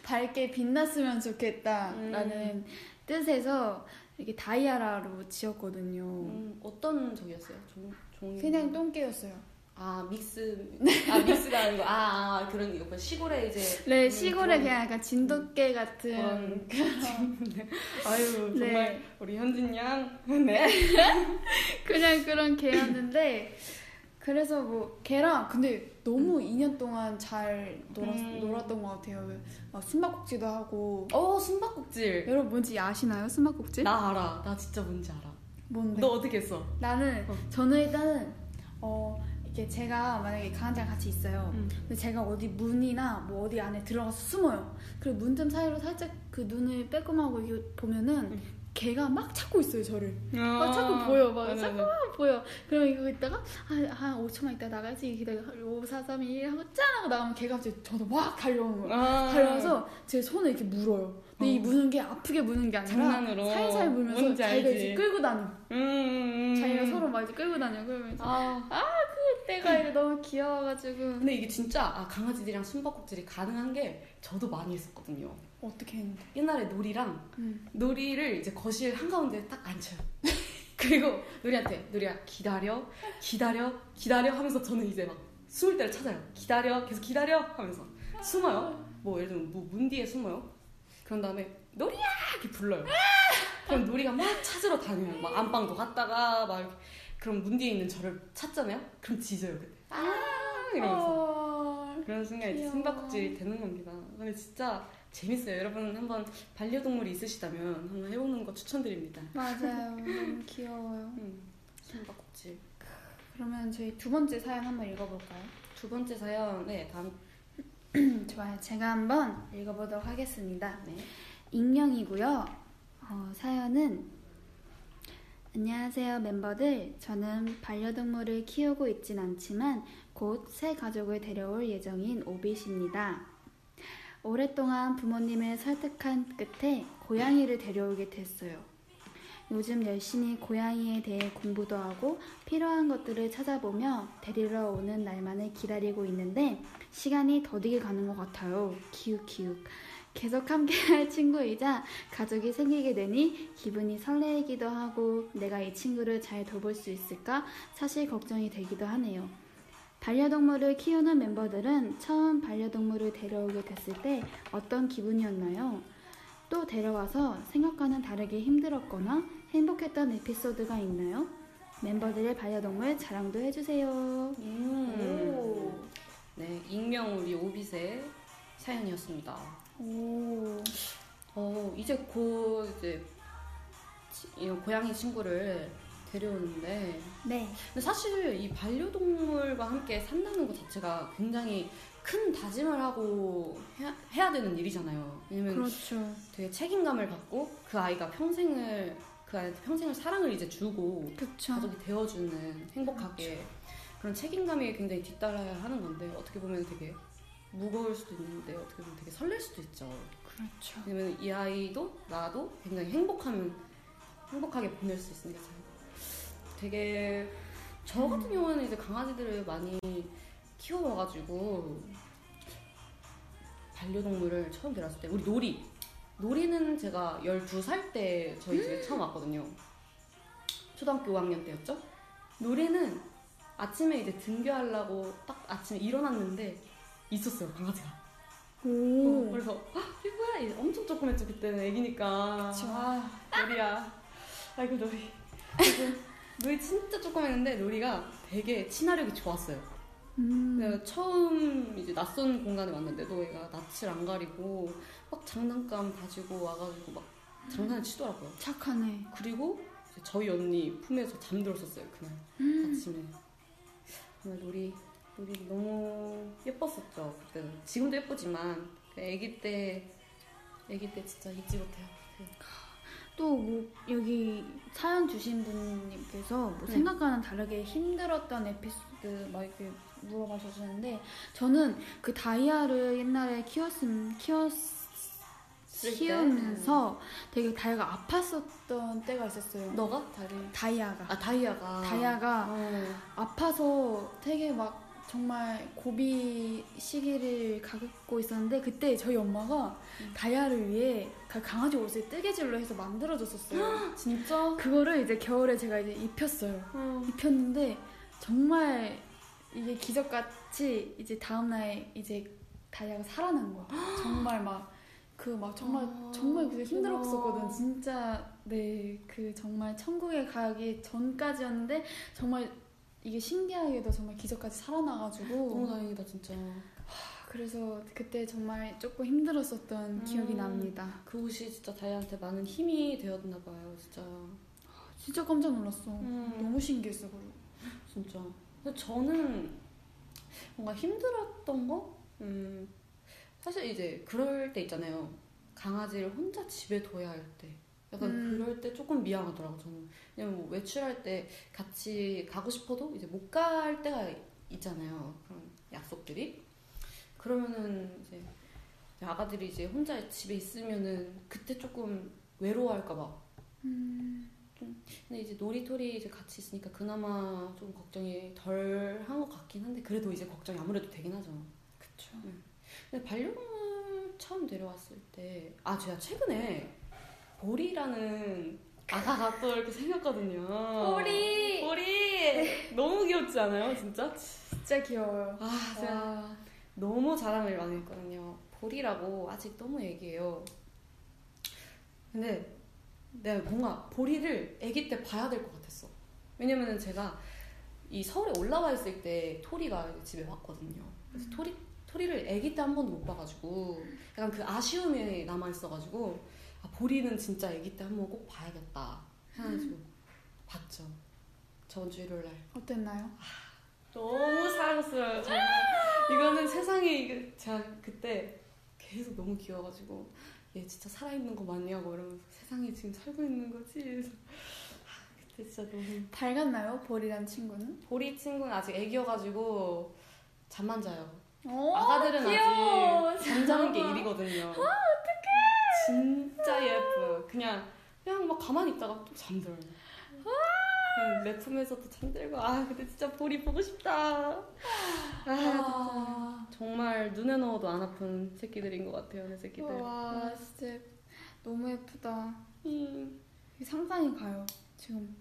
Speaker 1: 밝게 빛났으면
Speaker 2: 어? 음.
Speaker 1: 좋겠다라는 뜻에서 이렇게 다이아라로 지었거든요.
Speaker 2: 음, 어떤 적이었어요? 종 종.
Speaker 1: 그냥 똥개였어요.
Speaker 2: 아 믹스 아 믹스가 아니고 아, 아 그런 이거 뭐야, 시골에 이제
Speaker 1: 네,
Speaker 2: 음,
Speaker 1: 시골에
Speaker 2: 그런-
Speaker 1: 그냥 약간 진돗개
Speaker 2: 네. 그런
Speaker 1: 같은
Speaker 2: 아유 정말
Speaker 1: 네.
Speaker 2: 우리 현진 양 네.
Speaker 1: 그냥 그런 개였는데 그래서 뭐 개랑 근데 너무 2년 동안 잘 놀았,
Speaker 2: 음.
Speaker 1: 놀았던 것 같아요. 막 숨바꼭질도 하고
Speaker 2: 어 숨바꼭질.
Speaker 1: 여러분 뭔지 아시나요? 숨바꼭질?
Speaker 2: 나 알아. 나 진짜 뭔지 알아.
Speaker 1: 뭔데?
Speaker 2: 너 어떻게 했어?
Speaker 1: 나는
Speaker 2: 어.
Speaker 1: 저는 일단은 어 이렇게 제가 만약에 강한장 같이 있어요.
Speaker 2: 음.
Speaker 1: 근데 제가 어디 문이나 뭐 어디 안에 들어가서 숨어요. 그리고 문틈 사이로 살짝 그 눈을 빼꼼하고 이렇게 보면은
Speaker 2: 음.
Speaker 1: 걔가 막 찾고 있어요 저를
Speaker 2: 막
Speaker 1: 막 자꾸 보여, 막
Speaker 2: 자꾸
Speaker 1: 막 보여 그럼 이거 있다가 한, 한 5초만 있다 나가야지 기다려 5, 4, 3, 2, 1 하고 짠 하고 나가면 아, 걔가 갑자기 저도 막 달려오는
Speaker 2: 네,
Speaker 1: 거예요
Speaker 2: 아.
Speaker 1: 달려와서 제 손을 이렇게 아. 물어요 근데 이
Speaker 2: 어.
Speaker 1: 무는 게 아프게 무는 게 아니라
Speaker 2: 장난으로.
Speaker 1: 살살 물면서
Speaker 2: 뭔지
Speaker 1: 자기가
Speaker 2: 알지.
Speaker 1: 이제 끌고 다녀
Speaker 2: 음, 음, 음.
Speaker 1: 자기가 서로 막 이제 끌고 다녀 그러면서
Speaker 2: 아
Speaker 1: 그때가 이제 너무 귀여워가지고
Speaker 2: 근데 이게 진짜 아, 강아지들이랑 숨바꼭질이 가능한 게 저도 많이 했었거든요.
Speaker 1: 어떻게 했는데
Speaker 2: 옛날에 놀이랑
Speaker 1: 음.
Speaker 2: 놀이를 이제 거실 한가운데 딱 앉혀요. 그리고 놀이한테 놀이야 기다려 기다려 기다려 하면서 저는 이제 막 숨을 때를 찾아요. 기다려 계속 기다려 하면서 숨어요. 뭐 예를 들면 뭐 문 뒤에 숨어요. 그런 다음에 놀이야 이렇게 불러요. 그럼 놀이가 막 찾으러 다녀요. 막 안방도 갔다가 막 이렇게. 그럼 문 뒤에 있는 저를 찾잖아요. 그럼 짖어요 그때. 아 이러면서.
Speaker 1: 헐.
Speaker 2: 그런 순간 이제
Speaker 1: 귀여워.
Speaker 2: 숨바꼭질이 되는 겁니다. 근데 진짜 재밌어요. 여러분 한번 반려동물이 있으시다면 한번 해보는 거 추천드립니다.
Speaker 1: 맞아요 너무 귀여워요
Speaker 2: 음, 숨바꼭질.
Speaker 1: 그러면 저희 두 번째 사연 한번 읽어볼까요?
Speaker 2: 두 번째 사연, 네 다음.
Speaker 1: 좋아요. 제가 한번 읽어보도록 하겠습니다.
Speaker 2: 네.
Speaker 1: 익명이고요. 어, 사연은 안녕하세요 멤버들. 저는 반려동물을 키우고 있진 않지만 곧 새 가족을 데려올 예정인 오빗입니다. 오랫동안 부모님을 설득한 끝에 고양이를 데려오게 됐어요. 요즘 열심히 고양이에 대해 공부도 하고 필요한 것들을 찾아보며 데리러 오는 날만을 기다리고 있는데 시간이 더디게 가는 것 같아요. 기욱기욱. 계속 함께할 친구이자 가족이 생기게 되니 기분이 설레이기도 하고 내가 이 친구를 잘 돌볼 수 있을까 사실 걱정이 되기도 하네요. 반려동물을 키우는 멤버들은 처음 반려동물을 데려오게 됐을 때 어떤 기분이었나요? 또 데려와서 생각과는 다르게 힘들었거나 행복했던 에피소드가 있나요? 멤버들의 반려동물 자랑도 해주세요.
Speaker 2: 음. 네 익명 우리 오빗의 사연이었습니다.
Speaker 1: 오.
Speaker 2: 어 이제 곧 이제 치- 이 고양이 친구를 데려오는데
Speaker 1: 네.
Speaker 2: 근데 사실 이 반려동물과 함께 산다는 것 자체가 굉장히 큰 다짐을 하고 해야, 해야 되는 일이잖아요. 왜냐면
Speaker 1: 그렇죠.
Speaker 2: 되게 책임감을 갖고 그 아이가 평생을 그 아이한테 평생을 사랑을 이제 주고
Speaker 1: 그렇죠.
Speaker 2: 가족이 되어주는 행복하게 그런 책임감이 굉장히 뒤따라야 하는 건데 어떻게 보면 되게 무거울 수도 있는데 어떻게 보면 되게 설렐 수도 있죠.
Speaker 1: 그렇죠.
Speaker 2: 왜냐면 이 아이도 나도 굉장히 행복하면 행복하게 보낼 수 있으니까 참 되게 저 같은
Speaker 1: 음.
Speaker 2: 경우는 이제 강아지들을 많이 키워와가지고 반려동물을 처음 데려왔을 때 우리 놀이 놀이는 제가 12살 때 저희 집에 처음 왔거든요 초등학교 5학년 때였죠 놀이는 아침에 이제 등교하려고 딱 아침에 일어났는데 있었어요 강아지가 어,
Speaker 1: 오.
Speaker 2: 그래서 아, 이게 뭐야? 이제 엄청 조그맸죠 그때는 애기니까.
Speaker 1: 그쵸.
Speaker 2: 아, 놀이야. 아이고 놀이. 그래서 놀이 진짜 조그맸는데 놀이가 되게 친화력이 좋았어요.
Speaker 1: 음.
Speaker 2: 그래서 처음 이제 낯선 공간에 왔는데도 얘가 낯을 안 가리고 막 장난감 가지고 와가지고 막 장난을 치더라고요.
Speaker 1: 착하네.
Speaker 2: 그리고 이제 저희 언니 품에서 잠들었었어요 그날 아침에 정말 놀이 놀이 너무 예뻤었죠 그때는 지금도 예쁘지만 그 아기 때 아기 때 진짜 잊지 못해요 그
Speaker 1: 또 뭐 여기 사연 주신 분님께서 뭐
Speaker 2: 네.
Speaker 1: 생각과는 다르게 힘들었던 에피소드 막 이렇게 물어봐 주셨는데 저는 그 다이아를 옛날에 키웠음 키웠
Speaker 2: 때?
Speaker 1: 키우면서 되게 다이아가 아팠었던 때가 있었어요. 그
Speaker 2: 너가 다리
Speaker 1: 다이아가
Speaker 2: 아 다이아가
Speaker 1: 다이아가
Speaker 2: 어.
Speaker 1: 아파서 되게 막 정말 고비 시기를 갖고 있었는데 그때 저희 엄마가 다이아를 위해 그 강아지 옷을 뜨개질로 해서 만들어줬었어요.
Speaker 2: 진짜
Speaker 1: 그거를 이제 겨울에 제가 이제 입혔어요. 입혔는데 정말 이게 기적같이 이제 다음날 이제 다이아가 살아난 거야. 정말 막. 그 막 정말
Speaker 2: 아,
Speaker 1: 정말 그게
Speaker 2: 그렇구나.
Speaker 1: 힘들었었거든 진짜 네 그 정말 천국에 가기 전까지였는데 정말 이게 신기하게도 정말 기적같이
Speaker 2: 너무
Speaker 1: 살아나가지고
Speaker 2: 다행이다 진짜
Speaker 1: 그래서 그때 정말 조금 힘들었었던
Speaker 2: 음.
Speaker 1: 기억이 납니다
Speaker 2: 그 옷이 진짜 다이아한테 많은 힘이 되었나 봐요 진짜
Speaker 1: 진짜 깜짝 놀랐어
Speaker 2: 음.
Speaker 1: 너무 신기했어 그거
Speaker 2: 진짜. 근데 저는 뭔가 힘들었던 거? 음, 사실 이제 그럴 때 있잖아요. 강아지를 혼자 집에 둬야 할 때. 약간
Speaker 3: 음.
Speaker 2: 그럴 때 조금 미안하더라고 저는. 왜냐면 뭐 외출할 때 같이 가고 싶어도 이제 못 갈 때가 있잖아요. 그런 약속들이 그러면은 이제 아가들이 이제 혼자 집에 있으면은 그때 조금 외로워할까봐. 근데 이제 놀이터리 이제 같이 있으니까 그나마 좀 걱정이 덜 한 것 같긴 한데 그래도 이제 걱정이 아무래도 되긴 하죠.
Speaker 3: 그쵸.
Speaker 2: 근데 반려동물 처음 데려왔을 때, 아, 제가 최근에 보리라는 아가가 또 이렇게 생겼거든요.
Speaker 3: 보리! 네.
Speaker 2: 보리! 너무 귀엽지 않아요, 진짜?
Speaker 3: 진짜 귀여워요.
Speaker 2: 아, 제가
Speaker 3: 와.
Speaker 2: 너무 자랑을 많이 했거든요. 보리라고 아직 너무 애기예요. 근데 내가 뭔가 보리를 애기 때 봐야 될 것 같았어. 왜냐면은 제가 이 서울에 올라와 있을 때 토리가 이제 집에 왔거든요. 그래서 토리 토리를 애기 때 한 번도 못 봐가지고 약간 그 아쉬움이 남아 있어가지고 아, 보리는 진짜 애기 때 한 번 꼭 봐야겠다 해가지고 봤죠. 저번 주 일요일 날.
Speaker 3: 어땠나요?
Speaker 2: 너무 사랑스러워요 정말 이거는 세상에 이거 제가 그때 계속 너무 귀여워가지고 얘 진짜 살아있는 거 맞냐고 이러면서 세상에 지금 살고 있는 거지 그래서 아, 그때 진짜 너무
Speaker 3: 닮았나요? 볼이란 친구는?
Speaker 2: 보리 친구는 아직 애기여가지고 잠만 자요
Speaker 3: 오,
Speaker 2: 어, 아가들은
Speaker 3: 귀여워.
Speaker 2: 아직 잠자는 게
Speaker 3: 귀여워.
Speaker 2: 일이거든요 아 어떡해 진짜 예뻐요 그냥 그냥 막 가만히 있다가 또 잠들어요 그냥 내 품에서도 잠들고 아 근데 진짜 보리 보고 싶다
Speaker 3: 아,
Speaker 2: 정말 눈에 넣어도 안 아픈 새끼들인 것 같아요, 내 새끼들.
Speaker 3: 와, 진짜 너무 예쁘다.
Speaker 2: 음,
Speaker 3: 상상이 가요. 지금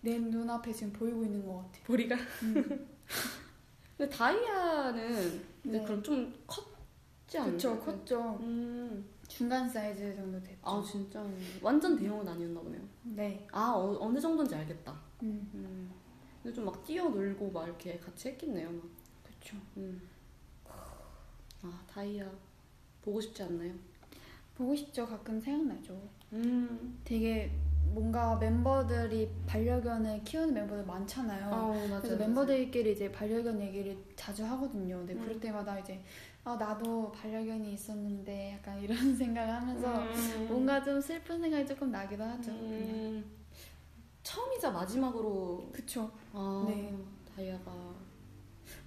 Speaker 3: 내 눈앞에 지금 보이고 있는 것 같아.
Speaker 2: 보리가. 근데 다이아는 근데
Speaker 3: 네.
Speaker 2: 그럼 좀 컸지 않나요?
Speaker 3: 그쵸, 컸죠.
Speaker 2: 음,
Speaker 3: 중간 사이즈 정도 됐죠.
Speaker 2: 아 진짜 완전 대형은 아니었나 보네요.
Speaker 3: 네.
Speaker 2: 아 어, 어느 정도인지 알겠다.
Speaker 3: 음,
Speaker 2: 음, 근데 좀 막 뛰어놀고 막 이렇게 같이 했겠네요. 막.
Speaker 3: 그쵸.
Speaker 2: 음. 아 다이아 보고 싶지 않나요?
Speaker 3: 보고 싶죠. 가끔 생각나죠.
Speaker 2: 음,
Speaker 3: 되게 뭔가 멤버들이 반려견을 키우는 멤버들 많잖아요.
Speaker 2: 어, 맞아요.
Speaker 3: 그래서 멤버들끼리 이제 반려견 얘기를 자주 하거든요. 근데
Speaker 2: 음.
Speaker 3: 그럴 때마다 이제 아 나도 반려견이 있었는데 약간 이런 생각을 하면서
Speaker 2: 음.
Speaker 3: 뭔가 좀 슬픈 생각이 조금 나기도 하죠. 그냥.
Speaker 2: 음, 처음이자 마지막으로
Speaker 3: 그쵸.
Speaker 2: 아,
Speaker 3: 네.
Speaker 2: 다이아가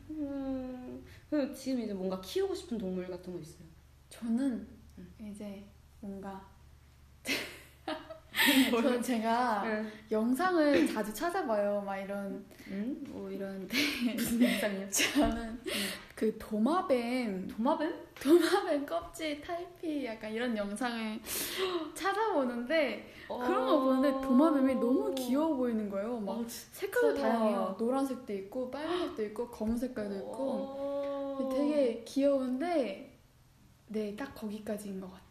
Speaker 2: 음, 그럼 지금 이제 뭔가 키우고 싶은 동물 같은 거 있어요?
Speaker 3: 저는
Speaker 2: 음.
Speaker 3: 이제 뭔가 저는 제가
Speaker 2: 네.
Speaker 3: 영상을 자주 찾아봐요. 막 이런
Speaker 2: 음?
Speaker 3: 뭐 이런
Speaker 2: 무슨 이상해요? 음.
Speaker 3: 저는 그 도마뱀
Speaker 2: 도마뱀?
Speaker 3: 도마뱀 껍질 탈피 약간 이런 영상을 찾아보는데 그런 거 보는데 도마뱀이 너무 귀여워 보이는 거예요. 막
Speaker 2: 어. 어,
Speaker 3: 색깔도
Speaker 2: 진짜.
Speaker 3: 다양해요. 노란색도 있고 빨간색도 있고 검은 색깔도 있고
Speaker 2: 있고
Speaker 3: 되게 귀여운데 네 딱 거기까지인 것 같아요.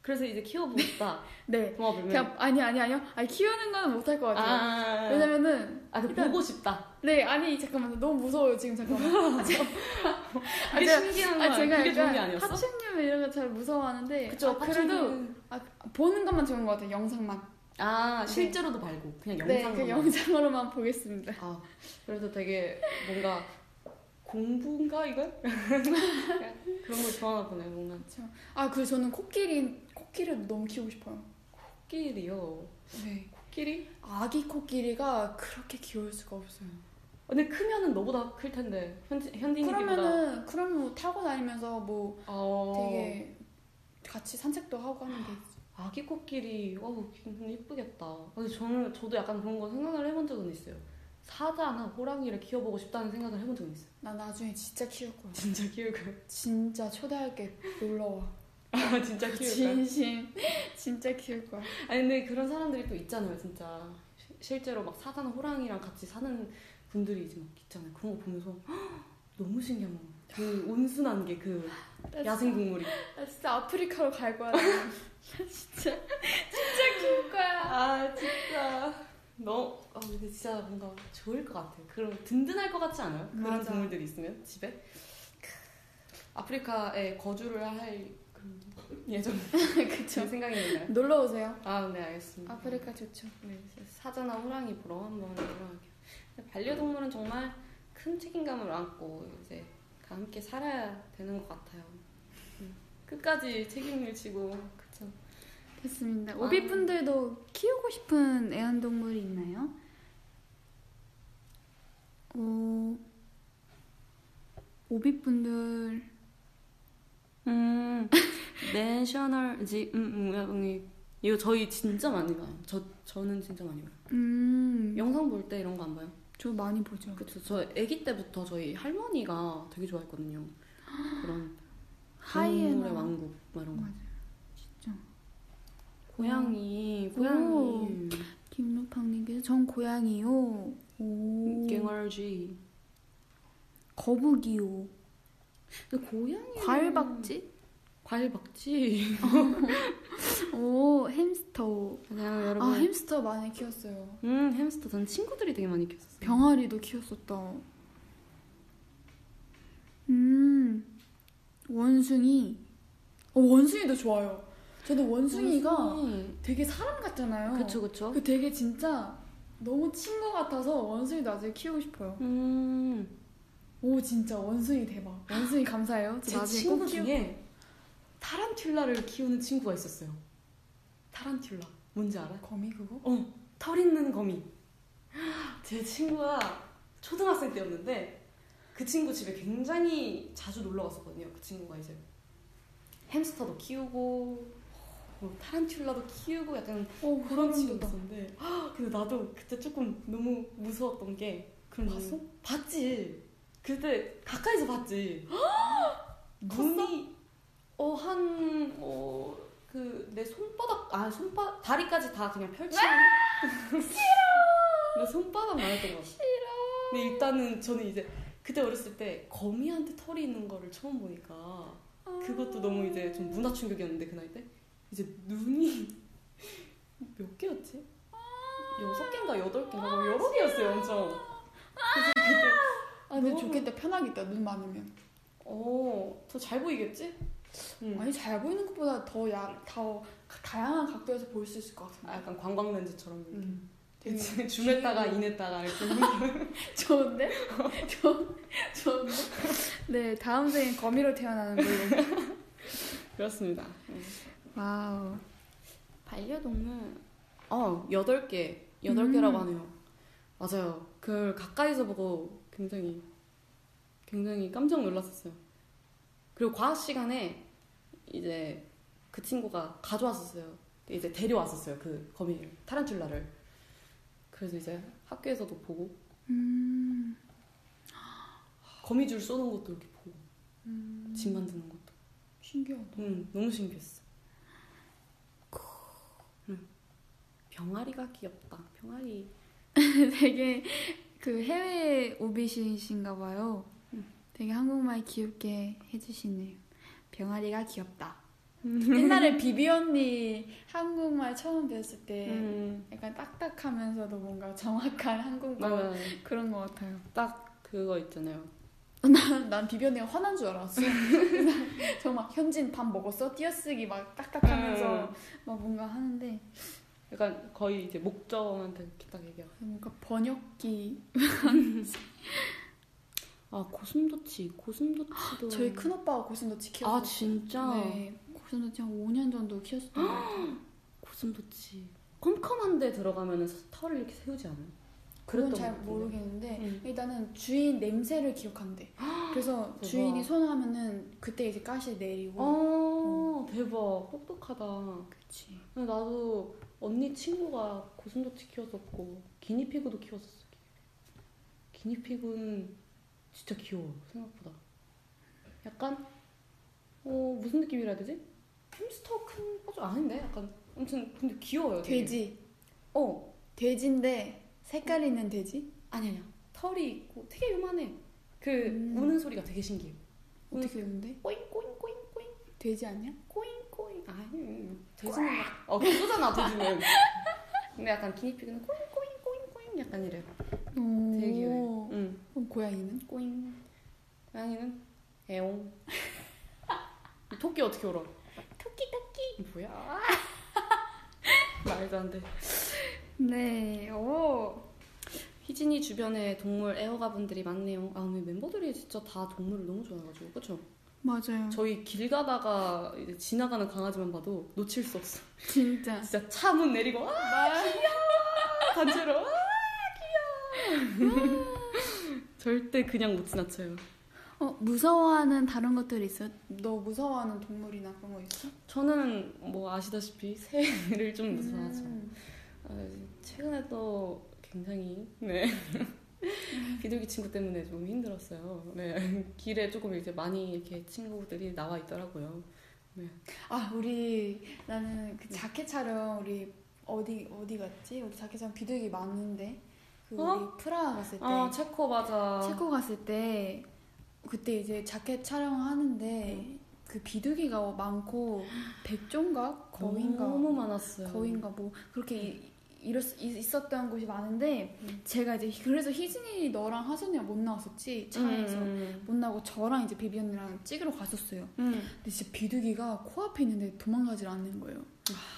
Speaker 2: 그래서 이제 키워보고 싶다
Speaker 3: 네
Speaker 2: 도마뱀을
Speaker 3: 그냥 아니 아니 아니요. 아니 키우는 거는 못할 것 같아요.
Speaker 2: 아,
Speaker 3: 왜냐면은
Speaker 2: 아, 그
Speaker 3: 일단-
Speaker 2: 보고 싶다
Speaker 3: 네 아니 잠깐만 너무 무서워요 지금 잠깐만. 아, 제- 아,
Speaker 2: 그게
Speaker 3: 제가-
Speaker 2: 신기한 거야
Speaker 3: 아 제가
Speaker 2: 그게 좋은 게
Speaker 3: 약간
Speaker 2: 아니었어?
Speaker 3: 파충류 이런 거 잘 무서워하는데
Speaker 2: 그쵸
Speaker 3: 아, 그래도
Speaker 2: 파충류는-
Speaker 3: 아, 보는 것만 좋은 것 같아요 영상만.
Speaker 2: 아
Speaker 3: 네.
Speaker 2: 실제로도 말고 그냥 영상만
Speaker 3: 네그 영상으로만 보겠습니다.
Speaker 2: 아, 그래서 되게 뭔가 공부인가 이건? 그런 걸 좋아하나 보네요, 뭔가.
Speaker 3: 아 그리고 저는 코끼리 코끼리도 너무 키우고 싶어요.
Speaker 2: 코끼리요.
Speaker 3: 네
Speaker 2: 코끼리?
Speaker 3: 아기 코끼리가 그렇게 귀여울 수가 없어요.
Speaker 2: 근데 크면은 너보다 클 텐데 현지 현디님보다.
Speaker 3: 그러면은 그럼 뭐 타고 다니면서 뭐
Speaker 2: 어,
Speaker 3: 되게 같이 산책도 하고 하는 게 있죠.
Speaker 2: 아기 코끼리. 어우, 근데 이쁘겠다. 근데 저는 저도 약간 그런 거 생각을 해본 적은 있어요. 사자나 호랑이를 키워보고 싶다는 생각을 해본 적은 있어요.
Speaker 3: 나 나중에 진짜 키울 거야.
Speaker 2: 진짜 키울 거야.
Speaker 3: 진짜 초대할게 놀러 와.
Speaker 2: 아, 진짜 키울 거야.
Speaker 3: 진심 진짜 키울 거야.
Speaker 2: 아니 근데 그런 사람들이 또 있잖아요 진짜 시- 실제로 막 사자나 호랑이랑 같이 사는 분들이 이제 막 있잖아요 그런 거 보면서 헉, 너무 신기한 거그 온순한 게 그
Speaker 3: 나
Speaker 2: 야생 동물이
Speaker 3: 아, 진짜- 나 진짜 아프리카로 갈 거야. 나는. 진짜 진짜 키울 거야.
Speaker 2: 아 진짜 너무 아 근데 진짜 뭔가 좋을 것 같아요 그런 든든할 것 같지 않아요? 그런
Speaker 3: 맞아.
Speaker 2: 동물들이 있으면 집에 크, 아프리카에 거주를 할 그런 예정 제
Speaker 3: 그쵸.
Speaker 2: 생각이 있나요?
Speaker 3: 놀러 오세요.
Speaker 2: 아네 알겠습니다
Speaker 3: 아프리카 좋죠.
Speaker 2: 네, 사자나 호랑이 보러 한번 놀러갈게요. 근데 반려동물은 정말 큰 책임감을 안고 이제 함께 살아야 되는 것 같아요. 음, 끝까지 책임을 지고 그쵸.
Speaker 1: 좋겠습니다. 오비분들도 키우고 싶은 애완동물이 있나요? 오, 오비분들
Speaker 2: 음, 내셔널 지 음, 음, 야봉이 이거 저희 진짜 많이 봐요. 저 저는 진짜 많이 봐요.
Speaker 1: 음,
Speaker 2: 영상 볼 때 이런 거 안 봐요?
Speaker 1: 저 많이 보죠.
Speaker 2: 그쵸. 저 아기 때부터 저희 할머니가 되게 좋아했거든요. 그런 동물의
Speaker 1: 하이에나.
Speaker 2: 왕국 막 이런 거.
Speaker 1: 맞아요. 진짜.
Speaker 2: 고양이,
Speaker 1: 오.
Speaker 2: 고양이,
Speaker 1: 김루팡님께서 전 고양이요. 오,
Speaker 2: 갱얼쥐.
Speaker 1: 거북이요.
Speaker 2: 근데 고양이
Speaker 1: 과일박쥐?
Speaker 2: 과일박쥐.
Speaker 1: 오, 햄스터.
Speaker 2: 그냥
Speaker 1: 아,
Speaker 2: 여러분.
Speaker 1: 햄스터 많이 키웠어요.
Speaker 2: 음 햄스터. 전 친구들이 되게 많이 음. 키웠어요.
Speaker 1: 병아리도 키웠었다. 음, 원숭이. 어, 원숭이도 좋아요. 저도 원숭이가
Speaker 2: 원숭이.
Speaker 1: 되게 사람 같잖아요.
Speaker 2: 그쵸 그쵸.
Speaker 1: 그 되게 진짜 너무 친구 같아서 원숭이도 나중에 키우고 싶어요.
Speaker 2: 음.
Speaker 1: 오, 진짜 원숭이 대박. 원숭이 감사해요. 저
Speaker 2: 제
Speaker 1: 나중에
Speaker 2: 친구
Speaker 1: 꼭 키우-
Speaker 2: 중에 타란툴라를 키우는 친구가 있었어요. 타란툴라. 뭔지 알아?
Speaker 1: 거미 그거?
Speaker 2: 어, 털 있는 거미. 제 친구가 초등학생 때였는데 그 친구 집에 굉장히 자주 놀러 갔었거든요. 그 친구가 이제 햄스터도 키우고 뭐 타란툴라도 키우고 약간
Speaker 1: 오,
Speaker 2: 어, 그런 친구가
Speaker 1: 친구다.
Speaker 2: 있었는데 아, 근데 나도 그때 조금 너무 무서웠던 게 그런
Speaker 1: 봤어?
Speaker 2: 봤지. 그때 가까이서 봤지.
Speaker 1: 컸어?
Speaker 2: 눈이 어, 어한어그내 손바닥 아 손바 다리까지 다 그냥 펼치는 내 손바닥 많았던 것 같아. 싫어. 근데 일단은 저는 이제 그때 어렸을 때 거미한테 털이 있는 거를 처음 보니까 그것도 너무 이제 좀 문화 충격이었는데 그 나이 때 이제 눈이 몇 개였지? 여섯 개인가 여덟 개인가 뭐 여러 개였어요 엄청. 그래서 그때
Speaker 3: 아 근데
Speaker 2: 너무-
Speaker 3: 좋겠다 편하겠다 눈 많으면
Speaker 2: 어, 더 잘 보이겠지? 응.
Speaker 3: 아니 잘 보이는 것보다 더, 야, 더 가- 다양한 각도에서 볼 수 있을 것 같은데
Speaker 2: 아, 약간 관광 렌즈처럼 이렇게
Speaker 3: 음. 되게
Speaker 2: 되게 줌했다가 인했다가 이렇게
Speaker 3: 좋은데? 좋, 좋은데?
Speaker 1: 네, 다음 생엔 거미로 태어나는 걸로.
Speaker 2: 그렇습니다. 네.
Speaker 1: 와우.
Speaker 2: 반려동물 어 여덟 개 여덟 개라고
Speaker 1: 음.
Speaker 2: 하네요. 맞아요. 그걸 가까이서 보고 굉장히 굉장히 깜짝 놀랐었어요. 그리고 과학 시간에 이제 그 친구가 가져왔었어요. 이제 데려왔었어요. 그 거미를 타란툴라를. 그래서 이제 학교에서도 보고
Speaker 1: 음,
Speaker 2: 거미줄 쏘는 것도 이렇게 보고 집 만드는 것도
Speaker 3: 음, 신기하다
Speaker 2: 응, 너무 신기했어 그 응. 병아리가 귀엽다 병아리
Speaker 1: 되게 그 해외 오비신이신가 봐요.
Speaker 2: 음.
Speaker 1: 되게 한국말 귀엽게 해주시네요. 병아리가 귀엽다.
Speaker 2: 음.
Speaker 3: 옛날에 비비 언니 한국말 처음 배웠을 때
Speaker 2: 음,
Speaker 3: 약간 딱딱하면서도 뭔가 정확한 한국말
Speaker 2: 맞아
Speaker 3: 그런 것 같아요.
Speaker 2: 딱 그거 있잖아요
Speaker 3: 난, 난 비비 언니가 화난 줄 알았어. 그래서 정말 현진 밥 먹었어? 띄어쓰기 막 딱딱하면서
Speaker 2: 음.
Speaker 1: 막 뭔가 하는데
Speaker 2: 약간 거의 이제 목적한테 이렇게 딱 얘기하고
Speaker 3: 뭔가 그러니까 번역기.
Speaker 2: 아 고슴도치 고슴도치도
Speaker 3: 저희 큰 오빠가 고슴도치 키웠어요.
Speaker 2: 음. 아 진짜
Speaker 1: 네, 고슴도치 한 5년 정도 키웠었던 것 같아요.
Speaker 2: 고슴도치 컴컴한데 들어가면은 털을 이렇게 세우지 않아요?
Speaker 3: 그건
Speaker 2: 그랬던
Speaker 3: 잘
Speaker 2: 것 같은데.
Speaker 3: 모르겠는데
Speaker 2: 응.
Speaker 3: 일단은 주인 냄새를 기억한대. 그래서
Speaker 2: 대박.
Speaker 3: 주인이 손하면은 그때 이제 가시 내리고.
Speaker 2: 어 대박 똑똑하다
Speaker 1: 그치.
Speaker 2: 근데 나도 언니 친구가 고슴도치 키웠었고 기니피그도 키웠었어. 기니피그는 진짜 귀여워 생각보다. 약간 어 무슨 느낌이라 해야 되지? 햄스터 큰 버전 아닌데 약간 아무튼 근데 귀여워요. 되게.
Speaker 3: 돼지.
Speaker 2: 어
Speaker 3: 돼지인데 색깔
Speaker 2: 음?
Speaker 3: 있는 돼지?
Speaker 2: 아니 아니야 털이 있고 되게 요만해. 그
Speaker 3: 음.
Speaker 2: 우는 소리가 되게 신기해.
Speaker 3: 어떻게
Speaker 2: 음.
Speaker 3: 되는데?
Speaker 2: 꼬잉 꼬잉 꼬잉 꼬잉
Speaker 3: 돼지 아니야?
Speaker 2: 꼬잉 꼬잉. 아 돼지는 막- 어 그거잖아 돼지는. 근데 약간 기니피그는 꼬잉 꼬잉 꼬잉 꼬잉 약간 이래. 되게 귀여워요. 응.
Speaker 3: 그럼 고양이는?
Speaker 2: 꼬잉. 고양이는 애옹. 이 토끼 어떻게 울어? 토끼 토끼. 뭐야? 말도 안 돼.
Speaker 1: 네, 오.
Speaker 2: 희진이 주변에 동물 애호가분들이 많네요. 아, 근데 멤버들이 진짜 다 동물을 너무 좋아해가지고, 그쵸?
Speaker 1: 맞아요.
Speaker 2: 저희 길 가다가 이제 지나가는 강아지만 봐도 놓칠 수 없어.
Speaker 1: 진짜.
Speaker 2: 진짜 차 문 내리고 아 귀여워 단체로 아 귀여워 절대 그냥 못 지나쳐요.
Speaker 1: 어, 무서워하는 다른 것들이 있어요?
Speaker 3: 너 무서워하는 동물이나 그런 거 있어?
Speaker 2: 저는 뭐 아시다시피 새를 좀 무서워하죠.
Speaker 3: 음.
Speaker 2: 아, 최근에도 굉장히 네
Speaker 3: 음.
Speaker 2: 비둘기 친구 때문에 좀 힘들었어요. 네 길에 조금 이제 많이 이렇게 친구들이 나와 있더라고요.
Speaker 3: 아 우리 나는 그 자켓 촬영 우리 어디 어디 갔지? 우리 자켓 촬영 비둘기 많은데 그
Speaker 2: 어?
Speaker 3: 우리 프라하 갔을 때
Speaker 2: 아 체코 맞아.
Speaker 3: 체코 갔을 때 그때 이제 자켓 촬영하는데 그 비둘기가 많고 백종각 거인가
Speaker 2: 너무 많았어요. 네.
Speaker 3: 거인가 뭐 그렇게 이- 이랬, 이- 있었던 곳이 많은데
Speaker 2: 음.
Speaker 3: 제가 이제 그래서 희진이 너랑 하선이랑 못 나왔었지 차에서
Speaker 2: 음,
Speaker 3: 못 나고 저랑 이제 비비 언니랑 찍으러 갔었어요.
Speaker 2: 음.
Speaker 3: 근데 진짜 비둘기가 코앞에 있는데 도망가질 않는 거예요.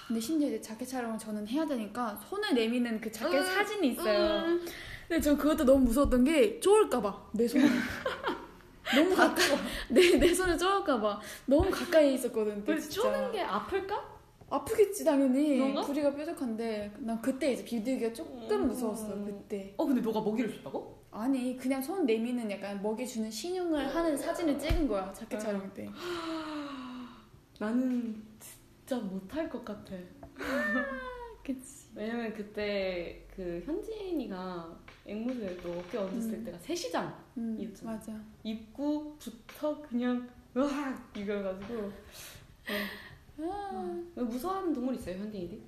Speaker 3: 근데 심지어 이제 자켓 촬영을 저는 해야 되니까 손을 내미는 그 자켓
Speaker 2: 음,
Speaker 3: 사진이 있어요.
Speaker 2: 있어요.
Speaker 3: 근데 저 그것도 너무 무서웠던 게 쪼을까봐 내 손. 너무 가까이 내내 손에 쪼을까봐 너무 가까이 있었거든.
Speaker 2: 왜
Speaker 3: 근데 진짜.
Speaker 2: 쪼는 게 아플까?
Speaker 3: 아프겠지 당연히
Speaker 2: 그런가?
Speaker 3: 부리가 뾰족한데 난 그때 이제 비둘기가 조금
Speaker 2: 음.
Speaker 3: 무서웠어 그때.
Speaker 2: 어 근데 너가 먹이를 줬다고?
Speaker 3: 아니 그냥 손 내미는 약간 먹이 주는 신용을 하는 사진을 찍은 거야 자켓
Speaker 2: 음.
Speaker 3: 촬영 때.
Speaker 2: 나는 진짜 못할 것 같아.
Speaker 3: 그치.
Speaker 2: 왜냐면 그때 그 현진이가 앵무새를 또 어깨 얹었을
Speaker 3: 음.
Speaker 2: 때가 새시장
Speaker 3: 음,
Speaker 2: 이었잖아.
Speaker 3: 맞아.
Speaker 2: 입구부터 그냥 으악 이겨가지고
Speaker 3: 아,
Speaker 2: 왜 무서워하는 동물 있어요 현진이들?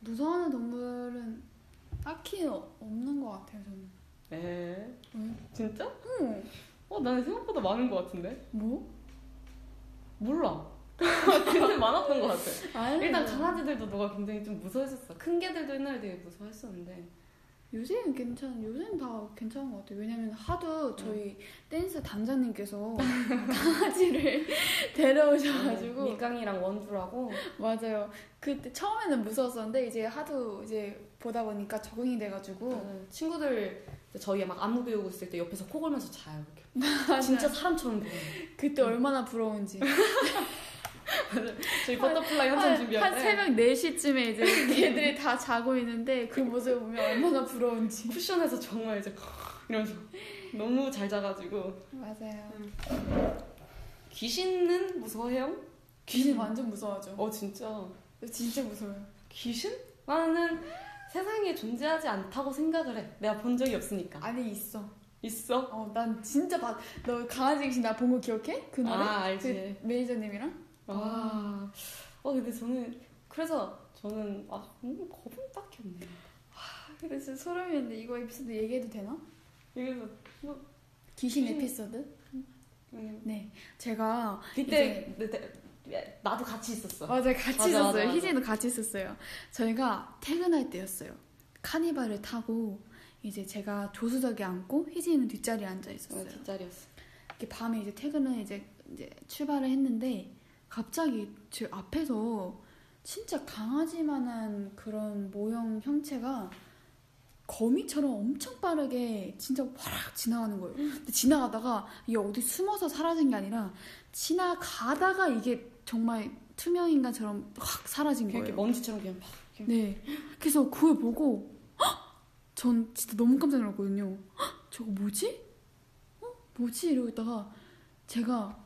Speaker 3: 무서워하는 동물은 딱히 어- 없는 것 같아요 저는.
Speaker 2: 에
Speaker 3: 왜? 음,
Speaker 2: 진짜?
Speaker 3: 응.
Speaker 2: 어 나는 생각보다 많은 것 같은데
Speaker 3: 뭐?
Speaker 2: 몰라. 근데 많았던 것 같아.
Speaker 3: 아니,
Speaker 2: 일단 강아지들도 너가 굉장히 좀 무서워했었어. 큰 개들도 옛날에 되게 무서워했었는데.
Speaker 3: 요새는 괜찮. 요새는 다 괜찮은 것 같아요. 왜냐면 하도
Speaker 2: 음.
Speaker 3: 저희 댄스 담자님께서 강아지를 데려오셔가지고
Speaker 2: 밑강이랑 원주라고.
Speaker 3: 맞아요. 그때 처음에는 무서웠었는데 이제 하도 이제 보다 보니까 적응이 돼가지고
Speaker 2: 네, 친구들 이제 저희 막 안무 배우고 있을 때 옆에서 코 골면서 자요. 이렇게. 진짜 사람처럼 보여.
Speaker 3: 그때 얼마나 부러운지.
Speaker 2: 저희 버터플라이 한참 준비할
Speaker 3: 한
Speaker 2: 때
Speaker 3: 새벽 4시쯤에 이제 걔들이 다 자고 있는데 그 모습을 보면 얼마나 부러운지.
Speaker 2: 쿠션에서 정말 이제 이러면서 너무 잘 자가지고.
Speaker 3: 맞아요.
Speaker 2: 귀신은 무서워해요?
Speaker 3: 귀신 완전 무서워하죠.
Speaker 2: 어 진짜.
Speaker 3: 진짜 무서워요.
Speaker 2: 귀신? 나는 세상에 존재하지 않다고 생각을 해. 내가 본 적이 없으니까.
Speaker 3: 아니 있어.
Speaker 2: 있어?
Speaker 3: 어, 난 진짜 봤. 너 강아지 귀신 나 본 거 기억해? 그 노래?
Speaker 2: 아 알지.
Speaker 3: 그 매니저님이랑?
Speaker 2: 와. 아. 어 근데 저는 그래서 저는 아 음, 겁은 딱히 없네요.
Speaker 3: 근데 진짜 아, 소름이는데 이거 에피소드 얘기해도 되나?
Speaker 2: 그래서
Speaker 3: 귀신
Speaker 2: 귀신.
Speaker 3: 에피소드?
Speaker 2: 음,
Speaker 3: 네. 제가
Speaker 2: 그때 내- 내- 나도 같이 있었어.
Speaker 3: 맞아요, 같이
Speaker 2: 맞아,
Speaker 3: 있었어요.
Speaker 2: 맞아, 맞아.
Speaker 3: 희진이도 같이 있었어요. 저희가 퇴근할 때였어요. 카니발을 타고 이제 제가 조수석에 앉고 희진이는 뒷자리에 앉아
Speaker 2: 어,
Speaker 3: 있었어요.
Speaker 2: 뒷자리였어.
Speaker 3: 이렇게 밤에 이제 퇴근을 이제 이제 출발을 했는데 갑자기 제 앞에서 진짜 강아지만한 그런 모형 형체가 거미처럼 엄청 빠르게 진짜 화락 지나가는 거예요. 근데 지나가다가 이게 어디 숨어서 사라진 게 아니라 지나가다가 이게 정말 투명 인간처럼 확 사라진
Speaker 2: 그냥
Speaker 3: 거예요.
Speaker 2: 이렇게 먼지처럼 그냥 팍.
Speaker 3: 네. 그래서 그걸 보고 헉! 전 진짜 너무 깜짝 놀랐거든요. 헉! 저거 뭐지? 어? 뭐지? 이러고 있다가 제가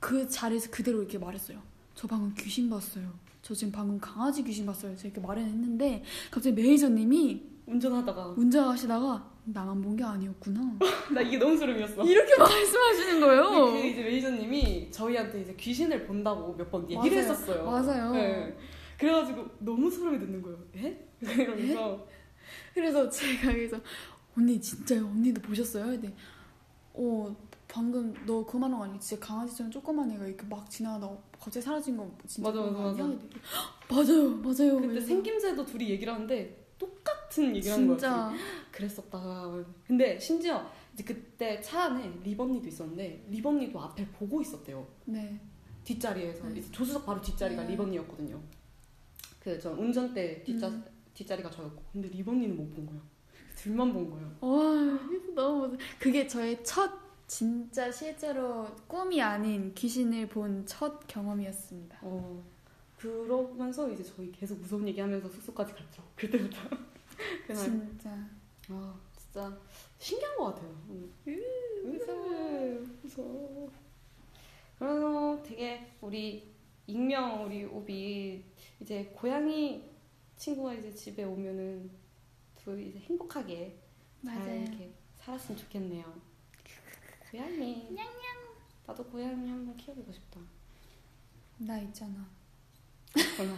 Speaker 3: 그 자리에서 그대로 이렇게 말했어요. 저 방금 귀신 봤어요. 저 지금 방금 강아지 귀신 봤어요. 제가 이렇게 말을 했는데 갑자기 매니저님이
Speaker 2: 운전하다가
Speaker 3: 운전하시다가 나만 본 게 아니었구나.
Speaker 2: 나 이게 너무 소름이었어.
Speaker 3: 이렇게 말씀하시는
Speaker 2: 근데 그
Speaker 3: 거예요.
Speaker 2: 이제 매니저님이 저희한테 이제 귀신을 본다고 몇 번그
Speaker 3: 맞아요.
Speaker 2: 얘기를 했었어요.
Speaker 3: 맞아요.
Speaker 2: 네. 그래가지고 너무 소름이 돋는 거예요. 예? 이러면서
Speaker 3: 그래서 제가 그래서 언니 진짜요? 언니도 보셨어요? 근데 어 방금 너 그만 한거 아니? 진짜 강아지처럼 조그만 애가 이렇게 막 지나가다가 갑자기 사라진 거 진짜
Speaker 2: 맞아,
Speaker 3: 그런 거
Speaker 2: 맞아,
Speaker 3: 아니야? 이렇게, "헉, 맞아요 맞아요
Speaker 2: 그때
Speaker 3: 그래서
Speaker 2: 생김새도 둘이 얘기를 하는데 똑같은 얘기를 한 거였어.
Speaker 3: 진짜
Speaker 2: 그랬었다. 근데 심지어 이제 그때 차 안에 리번니도 있었는데 리번니도 앞에 보고 있었대요.
Speaker 3: 네
Speaker 2: 뒷자리에서
Speaker 3: 네.
Speaker 2: 이제 조수석 바로 뒷자리가
Speaker 3: 네.
Speaker 2: 리번니였거든요. 그 전 운전대 뒷자
Speaker 3: 음.
Speaker 2: 뒷자리가 저였고 근데 리번니는 못 본 거예요. 둘만 본 거예요.
Speaker 3: 와, 너무 무서- 그게 저의 첫
Speaker 1: 진짜 실제로 꿈이 아닌 귀신을 본 첫 경험이었습니다.
Speaker 2: 어, 그러면서 이제 저희 계속 무서운 얘기하면서 숙소까지 갔죠. 그때부터. 그날.
Speaker 1: 진짜.
Speaker 2: 아 진짜 신기한 것 같아요. 음. 무서워. 무서워. 그래서 되게 우리 익명 우리 오비 이제 고양이 친구가 이제 집에 오면은 둘이 이제 행복하게 잘
Speaker 1: 맞아요.
Speaker 2: 이렇게 살았으면 좋겠네요. 고양이. 나도 고양이 한번 키워보고 싶다.
Speaker 1: 나 있잖아.
Speaker 2: 얼마.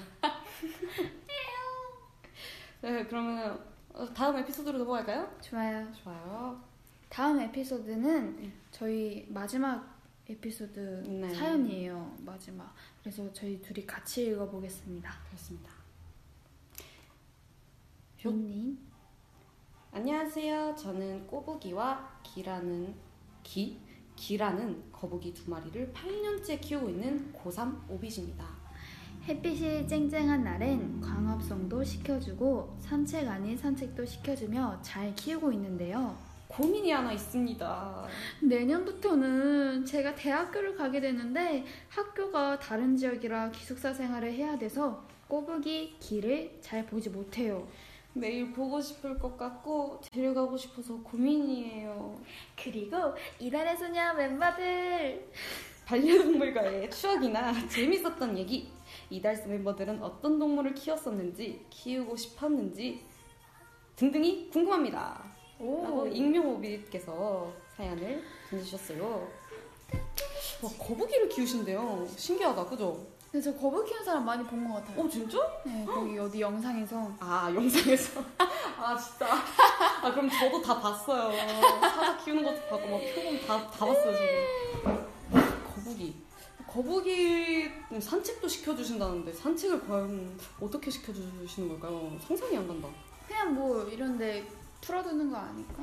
Speaker 2: 네, 그러면 어, 다음 에피소드로 넘어갈까요?
Speaker 1: 좋아요.
Speaker 2: 좋아요.
Speaker 1: 다음 에피소드는
Speaker 2: 네.
Speaker 1: 저희 마지막 에피소드
Speaker 2: 네.
Speaker 1: 사연이에요. 마지막. 그래서 저희 둘이 같이
Speaker 2: 음.
Speaker 1: 읽어보겠습니다.
Speaker 2: 그렇습니다. 요.
Speaker 1: 효님.
Speaker 2: 안녕하세요. 저는 꼬부기와 기라는 기 기라는 거북이 두 마리를 8년째 키우고 있는 고3 오빗입니다.
Speaker 1: 햇빛이 쨍쨍한 날엔 광합성도 시켜주고 산책 아닌 산책도 시켜주며 잘 키우고 있는데요.
Speaker 2: 고민이 하나 있습니다.
Speaker 1: 내년부터는 제가 대학교를 가게 되는데 학교가 다른 지역이라 기숙사 생활을 해야 돼서 꼬부기 길을 잘 보지 못해요.
Speaker 2: 매일 보고 싶을 것 같고 데려가고 싶어서 고민이에요.
Speaker 1: 그리고 이달의 소녀 멤버들
Speaker 2: 반려동물과의 추억이나 재밌었던 얘기. 이달스 멤버들은 어떤 동물을 키웠었는지, 키우고 싶었는지 등등이 궁금합니다. 라고 익명오비께서 사연을 보내주셨어요. 와, 거북이를 키우신대요. 신기하다, 그죠?
Speaker 1: 근데 저 거북이 키우는 사람 많이 본 것 같아요.
Speaker 2: 어, 진짜?
Speaker 1: 네, 거기 어디 영상에서
Speaker 2: 아, 영상에서. 아, 진짜. 아, 그럼 저도 다 봤어요. 사자 키우는 것도 봤고, 막 표범 다, 다 봤어요, 지금. 거북이. 거북이 산책도 시켜주신다는데, 산책을 과연 어떻게 시켜주시는 걸까요? 상상이 안 간다.
Speaker 1: 그냥 뭐 이런데 풀어두는 거 아닐까?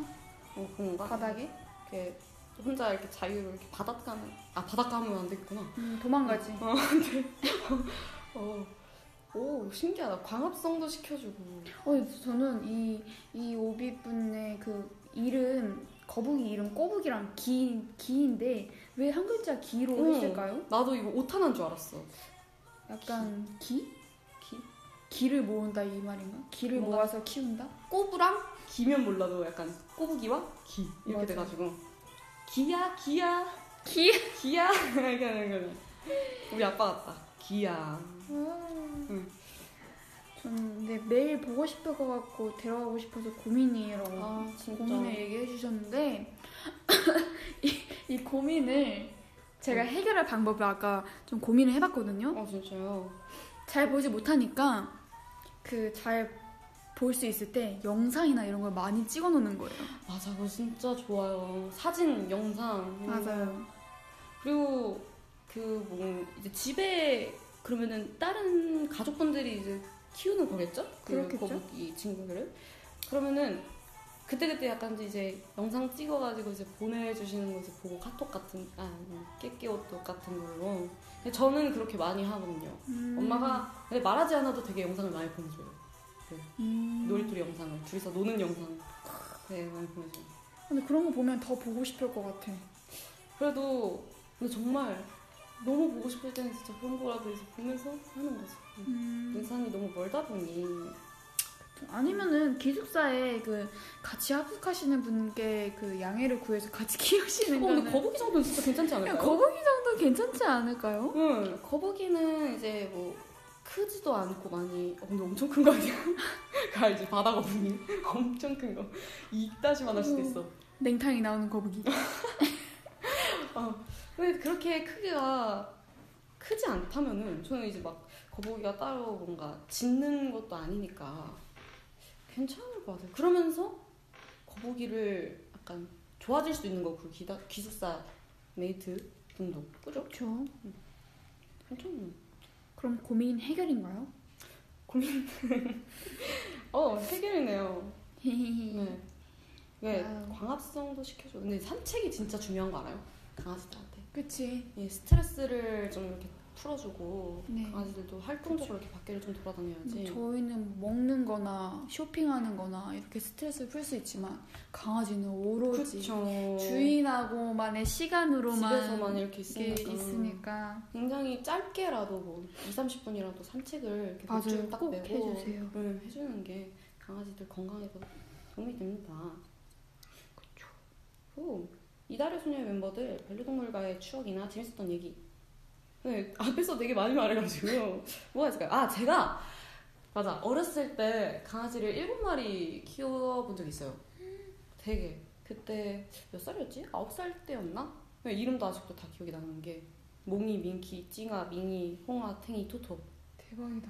Speaker 2: 어, 뭔가.
Speaker 1: 바닥에
Speaker 2: 이렇게 혼자 이렇게 자유로 이렇게 바닷가 하면, 아, 바닷가 하면 안 되겠구나.
Speaker 1: 음, 도망가지.
Speaker 2: 어, 근데. 어. 오, 신기하다. 광합성도 시켜주고.
Speaker 1: 어, 저는 이, 이 오비분의 그 이름, 거북이 이름 꼬북이랑 기, 기인데 왜 한 글자 기로
Speaker 2: 어.
Speaker 1: 했을까요?
Speaker 2: 나도 이거 오타난 줄 알았어.
Speaker 1: 약간 기?
Speaker 2: 기?
Speaker 1: 기를 모은다 이 말인가? 기를
Speaker 2: 뭔가-
Speaker 1: 모아서 키운다?
Speaker 2: 꼬부랑 기면 몰라도 약간 꼬부기와 기 이렇게
Speaker 1: 맞아.
Speaker 2: 돼가지고 기야 기야
Speaker 1: 기?
Speaker 2: 기야 이렇게 하는 거죠. 우리 아빠 같다. 기야. 응.
Speaker 1: 저는 아, 근데 매일 보고 싶을 것 같고 데려가고 싶어서 고민이라고
Speaker 2: 아 진짜.
Speaker 1: 고민을 얘기해 주셨는데 이, 이 고민을 제가 해결할 방법을 아까 좀 고민을 해봤거든요.
Speaker 2: 어 진짜요.
Speaker 1: 잘 보지 못하니까 그 잘 볼 수 있을 때 영상이나 이런 걸 많이 찍어 놓는 거예요.
Speaker 2: 맞아 그거 진짜 좋아요. 사진 영상. 음.
Speaker 1: 맞아요.
Speaker 2: 그리고 그 뭐 이제 집에 그러면은 다른 가족분들이 이제 키우는 거겠죠? 그
Speaker 1: 그렇겠죠.
Speaker 2: 거북이 친구들을 그러면은 그때그때 약간 이제 영상 찍어가지고 이제 보내주시는 거 이제 보고 카톡 같은 아 깨깨오톡 같은 걸로 근데 저는 그렇게 많이 하거든요.
Speaker 1: 음.
Speaker 2: 엄마가 근데 말하지 않아도 되게 영상을 많이 보내줘요.
Speaker 1: 음.
Speaker 2: 놀이터리 영상을 둘이서 노는 영상 되게 많이 보내줘요.
Speaker 1: 근데 그런 거 보면 더 보고 싶을 것 같아.
Speaker 2: 그래도 근데 정말 너무 보고 싶을 때는 진짜 그런 거라도 이제 보면서 하는 어, 거죠.
Speaker 1: 음.
Speaker 2: 인산이 너무 멀다 보니
Speaker 1: 아니면은 기숙사에 그 같이 합숙하시는 분께 그 양해를 구해서 같이
Speaker 2: 어,
Speaker 1: 키우시는
Speaker 2: 근데
Speaker 1: 거는
Speaker 2: 거북이 정도는 진짜 괜찮지
Speaker 1: 그냥
Speaker 2: 않을까요?
Speaker 1: 거북이 정도 괜찮지 않을까요?
Speaker 2: 응 거북이는 이제 뭐 크지도 않고 많이 어, 근데 엄청 큰 거 아니야? 그 알지 바다 거북이 엄청 큰거 이따시만 할 수도 있어
Speaker 1: 냉탕이 나오는 거북이.
Speaker 2: 어. 근데 그렇게 크기가 크지 않다면은 저는 이제 막 거북이가 따로 뭔가 짖는 것도 아니니까 괜찮을 것 같아요. 그러면서 거북이를 약간 좋아질 수도 있는 거고 그 기다, 기숙사 메이트 분도 그죠?
Speaker 1: 그렇죠.
Speaker 2: 괜찮네.
Speaker 1: 그럼 고민 해결인가요?
Speaker 2: 어 해결이네요.
Speaker 1: 헤헤헤.
Speaker 2: 네. 네
Speaker 1: 와우.
Speaker 2: 광합성도 시켜줘. 근데 산책이 진짜 중요한 거 알아요? 강아지들한테.
Speaker 1: 그치.
Speaker 2: 예, 스트레스를 좀 이렇게 풀어주고
Speaker 3: 네. 음,
Speaker 2: 강아지들도 네. 활동적으로 이렇게 밖에를 좀 돌아다녀야지.
Speaker 3: 저희는 먹는 거나 쇼핑하는 거나 이렇게 스트레스를 풀 수 있지만 강아지는 오로지
Speaker 2: 그쵸.
Speaker 3: 주인하고만의 시간으로만
Speaker 2: 어. 집에서만 이렇게
Speaker 3: 이게
Speaker 2: 있으니까.
Speaker 3: 있으니까
Speaker 2: 굉장히 짧게라도 뭐 2, 30분이라도 산책을 이렇게
Speaker 3: 맞아요
Speaker 2: 목줄 딱
Speaker 3: 꼭
Speaker 2: 매고
Speaker 3: 해주세요
Speaker 2: 응, 해주는 게 강아지들 건강에도 도움이 됩니다. 그쵸. 오, 이달의 소녀의 멤버들 반려동물과의 추억이나 재밌었던 얘기. 네, 앞에서 되게 많이 말해가지고 뭐가 있을까요? 아 제가 맞아 어렸을 때 강아지를 일곱 마리 키워본 적이 있어요. 되게 그때 몇 살이었지? 아홉 살 때였나? 네, 이름도 아직도 다 기억이 나는 게 몽이, 민키, 찡아, 밍이, 홍아, 탱이, 토토.
Speaker 3: 대박이다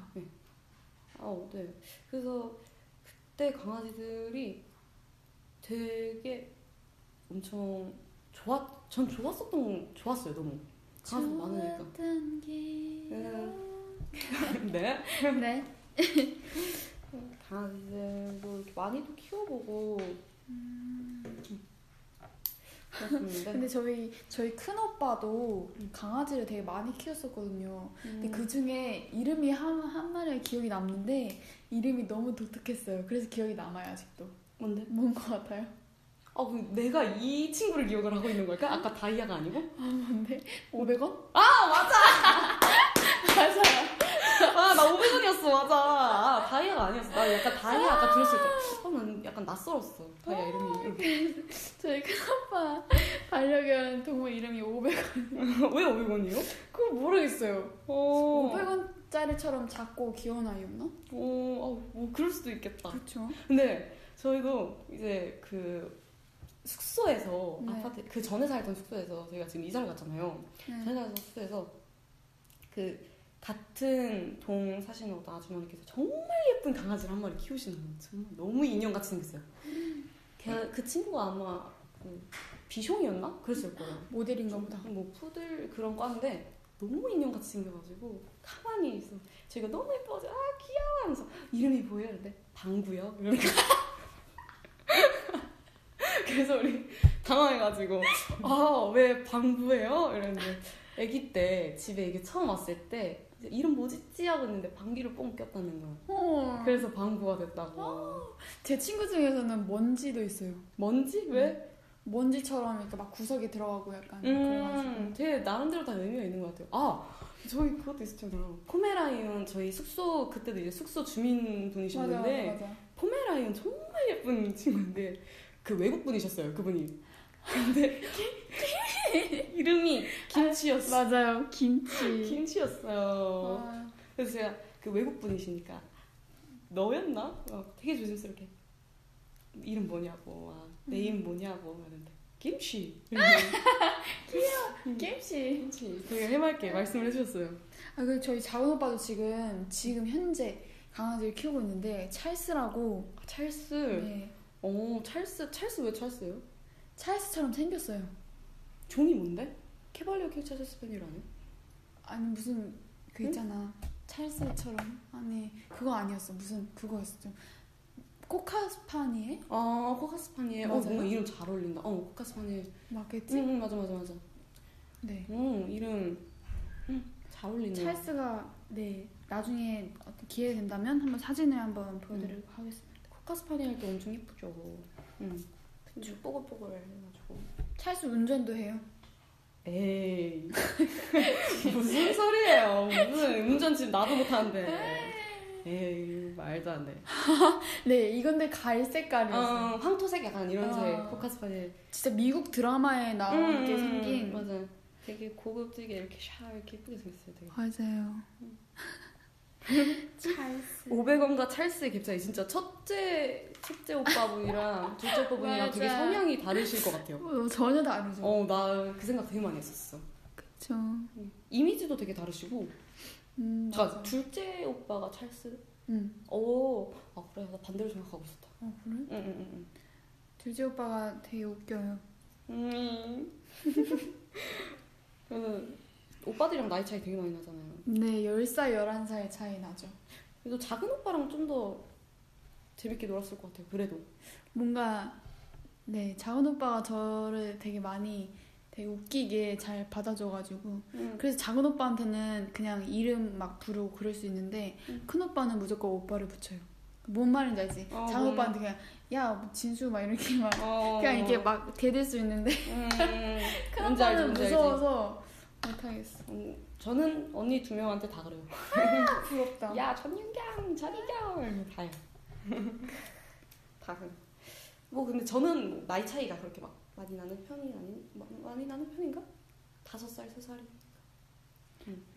Speaker 2: 아, 네. 그래서 그때 강아지들이 되게 엄청 좋았, 전 좋았었던, 좋았어요, 너무. 강아지 많으니까.
Speaker 3: 좋았던 게
Speaker 2: 네.
Speaker 3: 네
Speaker 2: 강아지들도 이렇게 많이도 키워보고. 그렇습니다.
Speaker 3: 근데 저희 저희 큰 오빠도
Speaker 2: 음.
Speaker 3: 강아지를 되게 많이 키웠었거든요 근데 그 중에 이름이 한, 한 마리 기억이 남는데 이름이 너무 독특했어요 그래서 기억이 남아요 아직도
Speaker 2: 뭔데?
Speaker 3: 뭔 것 같아요?
Speaker 2: 아, 그럼 내가 이 친구를 기억을 하고 있는 걸까? 아까 다이아가 아니고?
Speaker 3: 뭔데? 500원?
Speaker 2: 아, 나 500원이었어, 맞아. 아, 다이아가 아니었어. 나 약간 다이아 아까 들었을 때. 어, 난 약간 낯설었어. 다이아 이름이.
Speaker 3: 저희 큰 오빠 반려견 동물 이름이 500원
Speaker 2: 왜 500원이요?
Speaker 3: 그거 모르겠어요
Speaker 2: 오,
Speaker 3: 500원짜리처럼 작고 귀여운 아이였나?
Speaker 2: 오, 아, 뭐 그럴 수도 있겠다.
Speaker 3: 그렇죠
Speaker 2: 근데 네. 저희도 이제 그 숙소에서
Speaker 3: 네.
Speaker 2: 아파트 그 전에 살던 숙소에서 저희가 지금 이사를 갔잖아요. 전에 살던 숙소에서 그 같은 동 사시는 어떤 아주머니께서 정말 예쁜 강아지를 한 마리 키우시는 거예요. 정말 너무 인형같이 생겼어요. 걔, 그 친구가 아마 그 비숑이었나? 그랬을 거예요.
Speaker 3: 모델인가 보다
Speaker 2: 뭐 푸들 그런 과인데 너무 인형같이 생겨가지고 가만히 있어. 저희가 너무 예뻐서 아 귀여워 하면서 이름이 뭐예요? 근데 방구요. 이러니까 그래서 우리 당황해가지고 아 왜 방구예요? 이랬는데 아기 때 집에 이게 처음 왔을 때 이제 이름 뭐지? 하고 있는데 방귀를 뽕 꼈다는 거예요.
Speaker 3: 어.
Speaker 2: 그래서 방구가
Speaker 3: 아.
Speaker 2: 됐다고.
Speaker 3: 제 친구 중에서는 먼지도 있어요
Speaker 2: 뭔지 왜?
Speaker 3: 먼지처럼 이렇게 막 구석에 들어가고 약간 그래가지고
Speaker 2: 음, 되게 나름대로 다 의미가 있는 것 같아요. 아 저희 그것도 있었잖아요. 포메라이언 저희 숙소 그때도 이제 숙소 주민분이셨는데
Speaker 3: 맞아 맞아 맞아
Speaker 2: 포메라이언 정말 예쁜 친구인데 그 외국 분이셨어요 그분이. 근데 이름이 김치였어.
Speaker 3: 맞아요 김치
Speaker 2: 김치였어요.
Speaker 3: 아,
Speaker 2: 그래서 제가 그 외국 분이시니까 너였나? 막 되게 조심스럽게 이름 뭐냐고 막 네임 뭐냐고 하는데 김치.
Speaker 3: 김치
Speaker 2: 김치. 되게 해맑게 말씀을 해주셨어요.
Speaker 3: 아, 그 저희 작은 오빠도 지금 지금 현재 강아지를 키우고 있는데 찰스라고
Speaker 2: 아, 찰스.
Speaker 3: 네,
Speaker 2: 어, 찰스, 찰스 왜 찰스예요?
Speaker 3: 찰스처럼 생겼어요.
Speaker 2: 종이 뭔데? 캐발리어 킬 찰스 스페니라네.
Speaker 3: 아니 무슨 그
Speaker 2: 응?
Speaker 3: 있잖아 찰스처럼 아니 그거 아니었어 무슨 그거였어 좀 코카스파니에
Speaker 2: 아, 코카스파니에. 어,
Speaker 3: 맞아요?
Speaker 2: 뭔가 이름 잘 어울린다. 음. 어, 코카스파니에.
Speaker 3: 맞겠지?
Speaker 2: 응, 응, 맞아, 맞아, 맞아.
Speaker 3: 네
Speaker 2: 응, 이름. 응, 잘 어울리네.
Speaker 3: 찰스가 네 나중에 어떤 기회 된다면 한번 사진을 한번 보여드리고
Speaker 2: 음.
Speaker 3: 하겠습니다.
Speaker 2: 코카스파니에 할때 엄청 예쁘죠. 응. 근데 뽀글뽀글 해가지고.
Speaker 3: 찰스 운전도 해요.
Speaker 2: 에이. 무슨 소리예요. 무슨 운전 지금 나도 못하는데. 에이, 말도 안 돼.
Speaker 3: 네 이건데 갈
Speaker 2: 어,
Speaker 3: 색깔이었어요.
Speaker 2: 황토색 약간 이런
Speaker 3: 어.
Speaker 2: 색. 코카스파니에.
Speaker 3: 진짜 미국 드라마에 나오게
Speaker 2: 음,
Speaker 3: 생긴
Speaker 2: 맞아요. 되게 고급지게 이렇게 샤 이렇게 예쁘게 생겼어요. 되게.
Speaker 3: 맞아요. 찰스.
Speaker 2: 500원과 찰스의 갭차이 진짜 첫째 첫째 오빠분이랑 둘째 오빠분이랑 되게
Speaker 3: 맞아.
Speaker 2: 성향이 다르실 것 같아요.
Speaker 3: 어, 전혀 다르죠.
Speaker 2: 어 나 그 생각 되게 많이 했었어.
Speaker 3: 그렇죠.
Speaker 2: 이미지도 되게 다르시고.
Speaker 3: 음,
Speaker 2: 그러니까
Speaker 3: 맞아.
Speaker 2: 둘째 오빠가 찰스.
Speaker 3: 응.
Speaker 2: 오, 아 그래 나 반대로 생각하고 있었다.
Speaker 3: 어, 그래?
Speaker 2: 응응응. 음. 음,
Speaker 3: 둘째 오빠가 되게 웃겨요.
Speaker 2: 음, 음. 그 오빠들이랑 나이 차이 되게 많이 나잖아요.
Speaker 3: 네, 10살, 11살 차이 나죠.
Speaker 2: 그래도 작은 오빠랑 좀 더 재밌게 놀았을 것 같아요. 그래도.
Speaker 3: 뭔가, 네, 자은 오빠가 저를 되게 많이 되게 웃기게 잘 받아줘가지고
Speaker 2: 음.
Speaker 3: 그래서 작은 오빠한테는 그냥 이름 막 부르고 그럴 수 있는데
Speaker 2: 음.
Speaker 3: 큰 오빠는 무조건 오빠를 붙여요. 뭔 말인지 알지?
Speaker 2: 어,
Speaker 3: 작은
Speaker 2: 뭔
Speaker 3: 오빠한테 그냥 야뭐 진수 막 이렇게 막
Speaker 2: 어.
Speaker 3: 그냥 이렇게 막 대들 수 있는데
Speaker 2: 음.
Speaker 3: 큰
Speaker 2: 뭔지
Speaker 3: 오빠는
Speaker 2: 알지, 뭔지 알지.
Speaker 3: 무서워서 못하겠어.
Speaker 2: 음, 저는 언니 두 명한테 다 그래요.
Speaker 3: 부럽다.
Speaker 2: 야 전윤경, 전윤경 다요. 다 그래. 뭐 근데 저는 나이 차이가 그렇게 막 많이 나는 편이 아닌 마- 많이 나는 편인가? 다섯 살, 세 살이.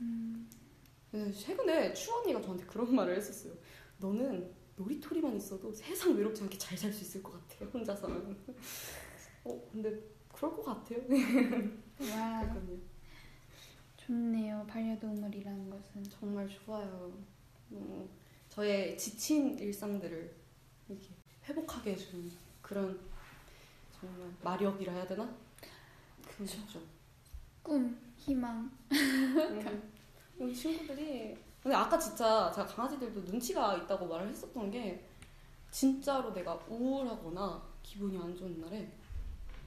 Speaker 3: 음,
Speaker 2: 근데 최근에 추 언니가 저한테 그런 말을 했었어요. 너는 놀이터리만 있어도 세상 외롭지 않게 잘 살 수 있을 것 같아. 혼자서는. 어 근데 그럴 것 같아요.
Speaker 3: 와
Speaker 2: 그랬거든요.
Speaker 3: 좋네요. 반려동물이라는 것은.
Speaker 2: 정말 좋아요. 음, 저의 지친 일상들을 이렇게 회복하게 해주는 그런 정말 마력이라 해야 되나? 그런 거죠.
Speaker 3: 꿈, 희망.
Speaker 2: 음, 우리 친구들이 근데 아까 진짜 제가 강아지들도 눈치가 있다고 말을 했었던 게 진짜로 내가 우울하거나 기분이 안 좋은 날에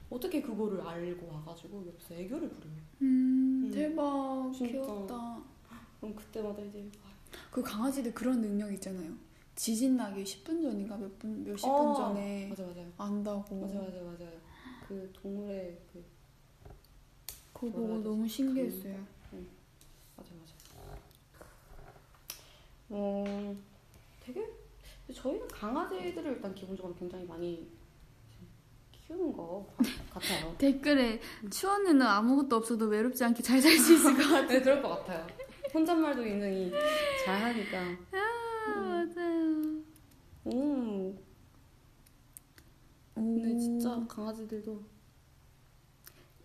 Speaker 2: 어떻게 그거를 알고 와가지고 옆에서 애교를 부려요.
Speaker 3: 음,
Speaker 2: 음.
Speaker 3: 대박
Speaker 2: 진짜.
Speaker 3: 귀엽다.
Speaker 2: 그럼 그때마다 이제 아,
Speaker 3: 그 강아지들 그런 능력 있잖아요. 지진 나기 10분 전인가 몇 분 몇십 분
Speaker 2: 어.
Speaker 3: 전에
Speaker 2: 맞아 맞아요.
Speaker 3: 안다고.
Speaker 2: 맞아 맞아 맞아요. 그 동물의 그
Speaker 3: 그거 보고
Speaker 2: 뭐라 해야 되지?
Speaker 3: 너무 신기했어요.
Speaker 2: 맞아 맞아. 어 되게 근데 저희는 강아지들을 일단 기본적으로 굉장히 많이 키우는 거 같- 같아요.
Speaker 3: 댓글에 추언니는 아무것도 없어도 외롭지 않게 잘 살 수 있을 것 같아.
Speaker 2: 네 그럴 것 같아요. 혼잣말도 굉장히 잘하니까.
Speaker 3: 아, 맞아요.
Speaker 2: 오
Speaker 3: 오,
Speaker 2: 근데 진짜 강아지들도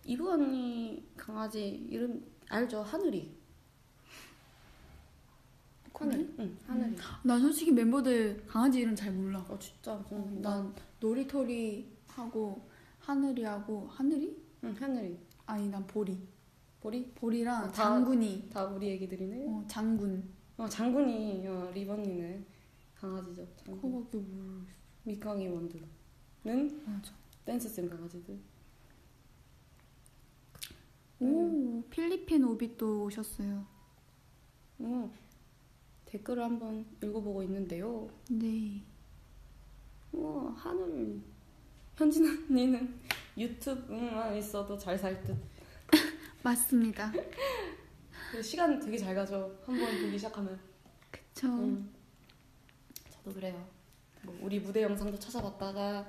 Speaker 2: 이브 언니 강아지 이름 알죠 하늘이.
Speaker 3: 그래?
Speaker 2: 응 하늘이.
Speaker 3: 난 솔직히 멤버들 강아지 이름 잘 몰라.
Speaker 2: 어 진짜
Speaker 3: 어,
Speaker 2: 응, 나
Speaker 3: 난 놀이토리 하고 하늘이 하고 하늘이?
Speaker 2: 응, 하늘이
Speaker 3: 아니 난 보리.
Speaker 2: 보리
Speaker 3: 보리랑
Speaker 2: 어, 다-
Speaker 3: 장군이.
Speaker 2: 다 우리 애기들이네.
Speaker 3: 어 장군.
Speaker 2: 어 장군이 어, 리번이는 강아지죠. 장군.
Speaker 3: 그거밖에 모르겠어.
Speaker 2: 미캉이 원두는
Speaker 3: 맞아.
Speaker 2: 댄스 쌤 강아지들.
Speaker 3: 오 필리핀 오빛도 오셨어요.
Speaker 2: 어, 댓글을 한번 읽어보고 있는데요.
Speaker 3: 네.
Speaker 2: 어, 하늘 현진 언니는 유튜브만 있어도 잘 살 듯.
Speaker 3: 맞습니다.
Speaker 2: 그 시간 되게 잘 가죠. 한번 보기 시작하면.
Speaker 3: 그쵸.
Speaker 2: 음. 저도 그래요. 뭐 우리 무대 영상도 찾아봤다가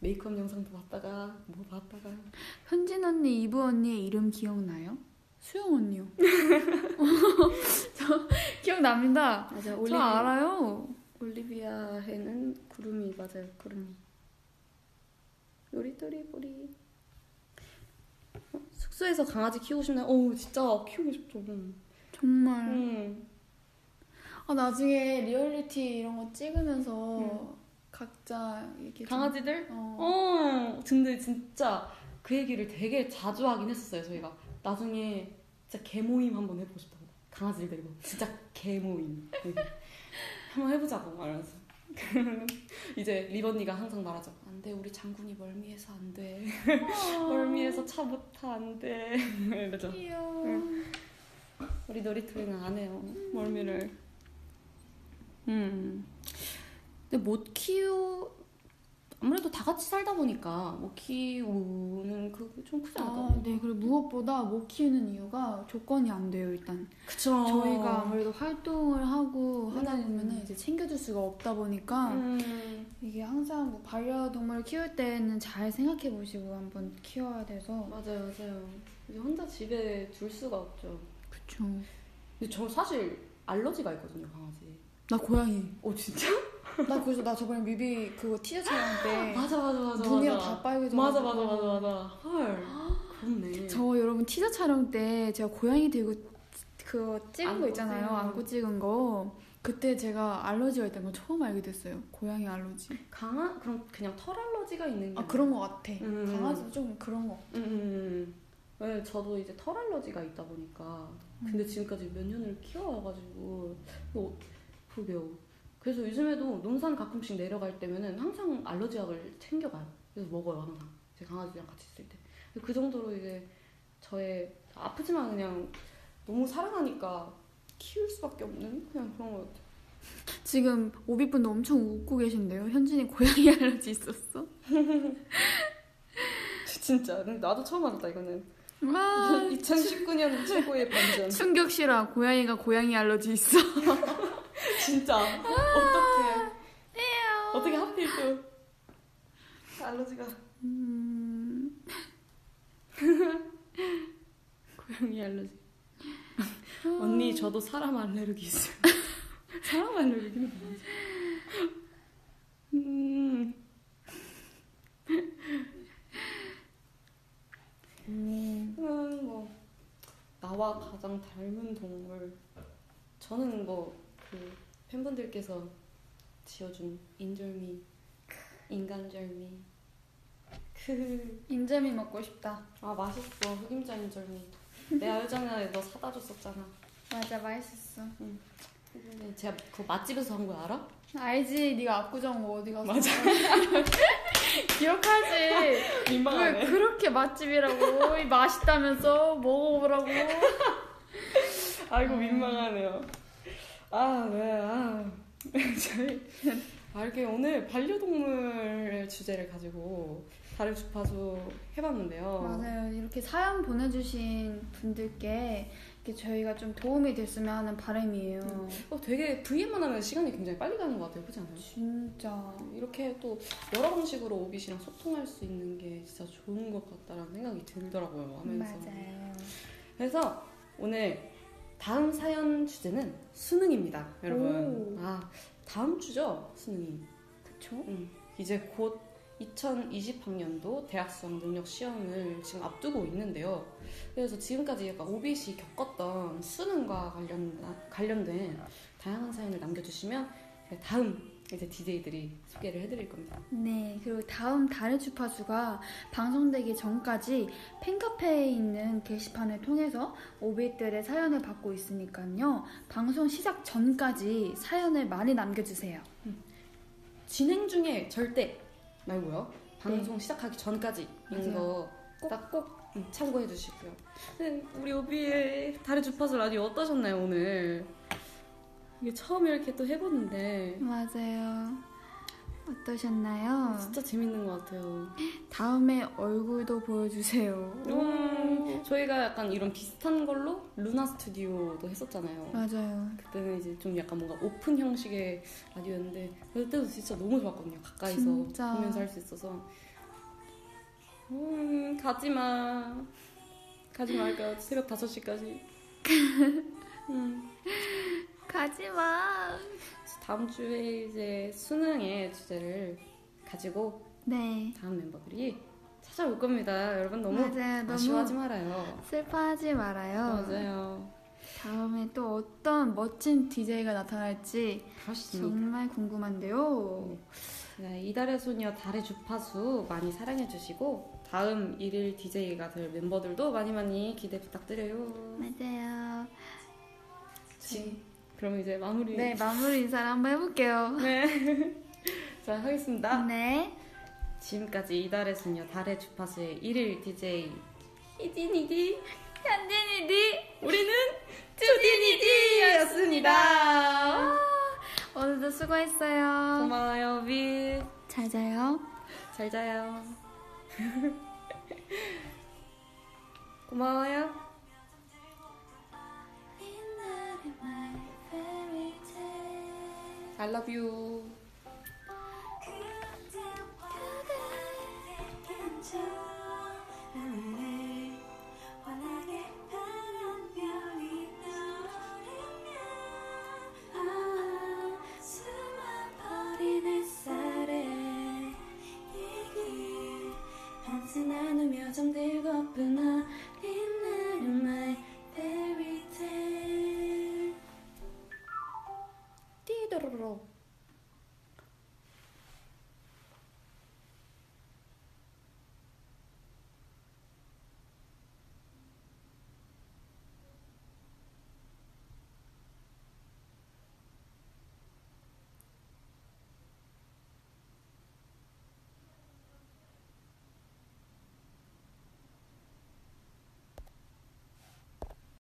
Speaker 2: 메이크업 영상도 봤다가 뭐 봤다가
Speaker 3: 현진 언니, 이브 언니의 이름 기억나요? 수영 언니요. 저 기억납니다.
Speaker 2: 맞아
Speaker 3: 저 알아요.
Speaker 2: 올리비아 해는 구름이 맞아요 구름이 요리또리 보리 어, 숙소에서 강아지 키우고 싶나요? 어우 진짜 키우고 싶죠 음.
Speaker 3: 정말.
Speaker 2: 음.
Speaker 3: 아 나중에 리얼리티 이런 거 찍으면서 각자 이렇게 좀-
Speaker 2: 강아지들?
Speaker 3: 어.
Speaker 2: 어 근데 진짜 그 얘기를 되게 자주 하긴 했었어요 저희가 나중에 진짜 개모임 한번 해보고 싶다고 강아지를 데리고 진짜 개모임 이렇게. 한번 해보자고 말하면서 이제 리번니가 항상 말하죠 안돼 우리 장군이 멀미해서 안돼
Speaker 3: 아.
Speaker 2: 멀미해서 차 못 타 안돼 이러죠
Speaker 3: 귀여워.
Speaker 2: 우리 놀이터에는 안 해요 멀미를 음 근데 못 키우 아무래도 다 같이 살다 보니까 못 키우는 그게 좀 크지 않을까
Speaker 3: 아, 네. 그리고 무엇보다 못 키우는 이유가 조건이 안 돼요, 일단.
Speaker 2: 그쵸
Speaker 3: 저희가 아무래도 활동을 하고 하다
Speaker 2: 어. 음.
Speaker 3: 보면은 이제 챙겨줄 수가 없다 보니까
Speaker 2: 음,
Speaker 3: 이게 항상 뭐 반려동물 키울 때는 잘 생각해 보시고 한번 키워야 돼서
Speaker 2: 맞아요 맞아요 이제 혼자 집에 둘 수가 없죠
Speaker 3: 그쵸
Speaker 2: 근데 저 사실 알러지가 있거든요 강아지
Speaker 3: 나 고양이
Speaker 2: 어 진짜?
Speaker 3: 나 그래서 나 저번에 뮤비 그거 티저 촬영 때
Speaker 2: 맞아 맞아 맞아
Speaker 3: 눈이랑
Speaker 2: 맞아.
Speaker 3: 다 빨개져
Speaker 2: 맞아 맞아 맞아 맞아 헐 그렇네
Speaker 3: 저 여러분 티저 촬영 때 제가 고양이 들고 그거 찍은
Speaker 2: 안고
Speaker 3: 거 있잖아요
Speaker 2: 찍은 거.
Speaker 3: 안고 찍은 거 그때 제가 알러지가 있다는 걸 처음 알게 됐어요 고양이 알러지
Speaker 2: 강아 그럼 그냥 털 알러지가 있는 게
Speaker 3: 아 그런 거 같아
Speaker 2: 음.
Speaker 3: 강아지도 좀 그런 거
Speaker 2: 음, 음. 왜 저도 이제 털 알러지가 있다 보니까 근데 지금까지 몇 년을 키워와가지고 뭐 그게요. 그래서 요즘에도 농산 가끔씩 내려갈 때면은 항상 알러지약을 챙겨가요. 그래서 먹어요 항상 제 강아지랑 같이 있을 때. 근데 그 정도로 이제 저의 아프지만 그냥 너무 사랑하니까 키울 수밖에 없는 그냥 그런 것 같아요.
Speaker 3: 지금 오비분도 엄청 웃고 계신데요. 현진이 고양이 알러지 있었어?
Speaker 2: 진짜 근데 나도 처음 알았다 이거는
Speaker 3: 와
Speaker 2: 아, 2019년 최고의 반전
Speaker 3: 충격시라 고양이가 고양이 알러지 있어.
Speaker 2: 진짜 어떻게 어떻게 하필 또 알러지가
Speaker 3: 음,
Speaker 2: 고양이 알러지 언니 저도 사람 알레르기 있어요 사람 알레르기는 뭐지? 음 저는 뭐 나와 가장 닮은 동물 저는 뭐 그 팬분들께서 지어준 인절미 인간절미 크흐.
Speaker 1: 인절미 먹고 싶다.
Speaker 2: 아 맛있어 흑임자 인절미 내가 예전에 너 사다 줬었잖아
Speaker 1: 맞아 맛있었어.
Speaker 2: 근데 제가 그 맛집에서 한 거 알아?
Speaker 1: 알지? 네가 압구정 뭐 어디 가서 맞아. 기억하지? 왜 그렇게 맛집이라고 이 맛있다면서 먹어보라고.
Speaker 2: 그, 아이고 민망하네요 아, 아네아 저희 아 이렇게 오늘 반려동물의 주제를 가지고 다른 주파수 해봤는데요
Speaker 1: 어. 맞아요. 이렇게 사연 보내주신 분들께 이렇게 저희가 좀 도움이 됐으면 하는 바람이에요.
Speaker 2: 어, 되게 VM만 하면 시간이 굉장히 빨리 가는 것 같아요 그렇지 않아요?
Speaker 1: 진짜.
Speaker 2: 이렇게 또 여러 방식으로 오빛이랑 소통할 수 있는 게 진짜 좋은 것 같다라는 생각이 들더라고요 하면서
Speaker 1: 맞아요.
Speaker 2: 그래서 오늘 다음 사연 주제는 수능입니다 여러분
Speaker 1: 오. 어?
Speaker 2: 아 다음 주죠 수능이
Speaker 1: 그쵸?
Speaker 2: 음, 이제 곧 2020학년도 대학수학 능력 시험을 지금 앞두고 있는데요. 그래서 지금까지 약간 오빛이 겪었던 수능과 관련, 관련된 다양한 사연을 남겨주시면 제가 다음 이제 DJ들이 소개를 해드릴 겁니다.
Speaker 1: 네, 그리고 다음 달의 주파수가 방송되기 전까지 팬카페에 있는 게시판을 통해서 오빛들의 사연을 받고 있으니까요. 방송 시작 전까지 사연을 많이 남겨주세요.
Speaker 2: 진행 중에 절대 말고요. 방송 시작하기 전까지인
Speaker 1: 맞아요.
Speaker 2: 거 네. 딱 꼭 참고해 주시고요. 네, 우리 오비의 달의 주파수 라디오 어떠셨나요, 오늘? 이게 처음 이렇게 또 해보는데
Speaker 1: 맞아요. 어떠셨나요?
Speaker 2: 진짜 재밌는 것 같아요.
Speaker 1: 다음에 얼굴도 보여주세요.
Speaker 2: 음, 저희가 약간 이런 비슷한 걸로 루나 스튜디오도 했었잖아요.
Speaker 1: 맞아요.
Speaker 2: 그때는 이제 좀 약간 뭔가 오픈 형식의 라디오였는데 그때도 진짜 너무 좋았거든요. 가까이서
Speaker 1: 진짜.
Speaker 2: 보면서 할 수 있어서. 음, 가지 마. 가지 말까. 새벽 5시까지. 음,
Speaker 1: 가지마.
Speaker 2: 다음 주에 이제 수능의 주제를 가지고
Speaker 1: 네.
Speaker 2: 다음 멤버들이 찾아올 겁니다. 여러분 너무
Speaker 1: 맞아요. 너무 어.
Speaker 2: 아쉬워하지 말아요.
Speaker 1: 슬퍼하지 말아요.
Speaker 2: 맞아요.
Speaker 1: 다음에 또 어떤 멋진 DJ가 나타날지
Speaker 2: 그렇습니다.
Speaker 1: 정말 궁금한데요.
Speaker 2: 네, 이달의 소녀 달의 주파수 많이 사랑해주시고 다음 일일 DJ가 될 멤버들도 많이 많이 기대 부탁드려요.
Speaker 1: 네. 맞아요.
Speaker 2: 지. 그럼 이제 마무리.
Speaker 1: 네, 마무리 인사를 한번 해볼게요.
Speaker 2: 네. 자 하겠습니다.
Speaker 1: 네.
Speaker 2: 지금까지 이달의 소녀 달의 주파수의 일일 DJ 희진이디
Speaker 1: 현진이디
Speaker 2: 우리는
Speaker 1: 아,
Speaker 2: 투디니디였습니다.
Speaker 1: 오늘도 수고했어요.
Speaker 2: 고마워요 비.
Speaker 1: 잘 자요.
Speaker 2: 잘 자요. 고마워요. I love you.
Speaker 4: 아, 나누며 잠들고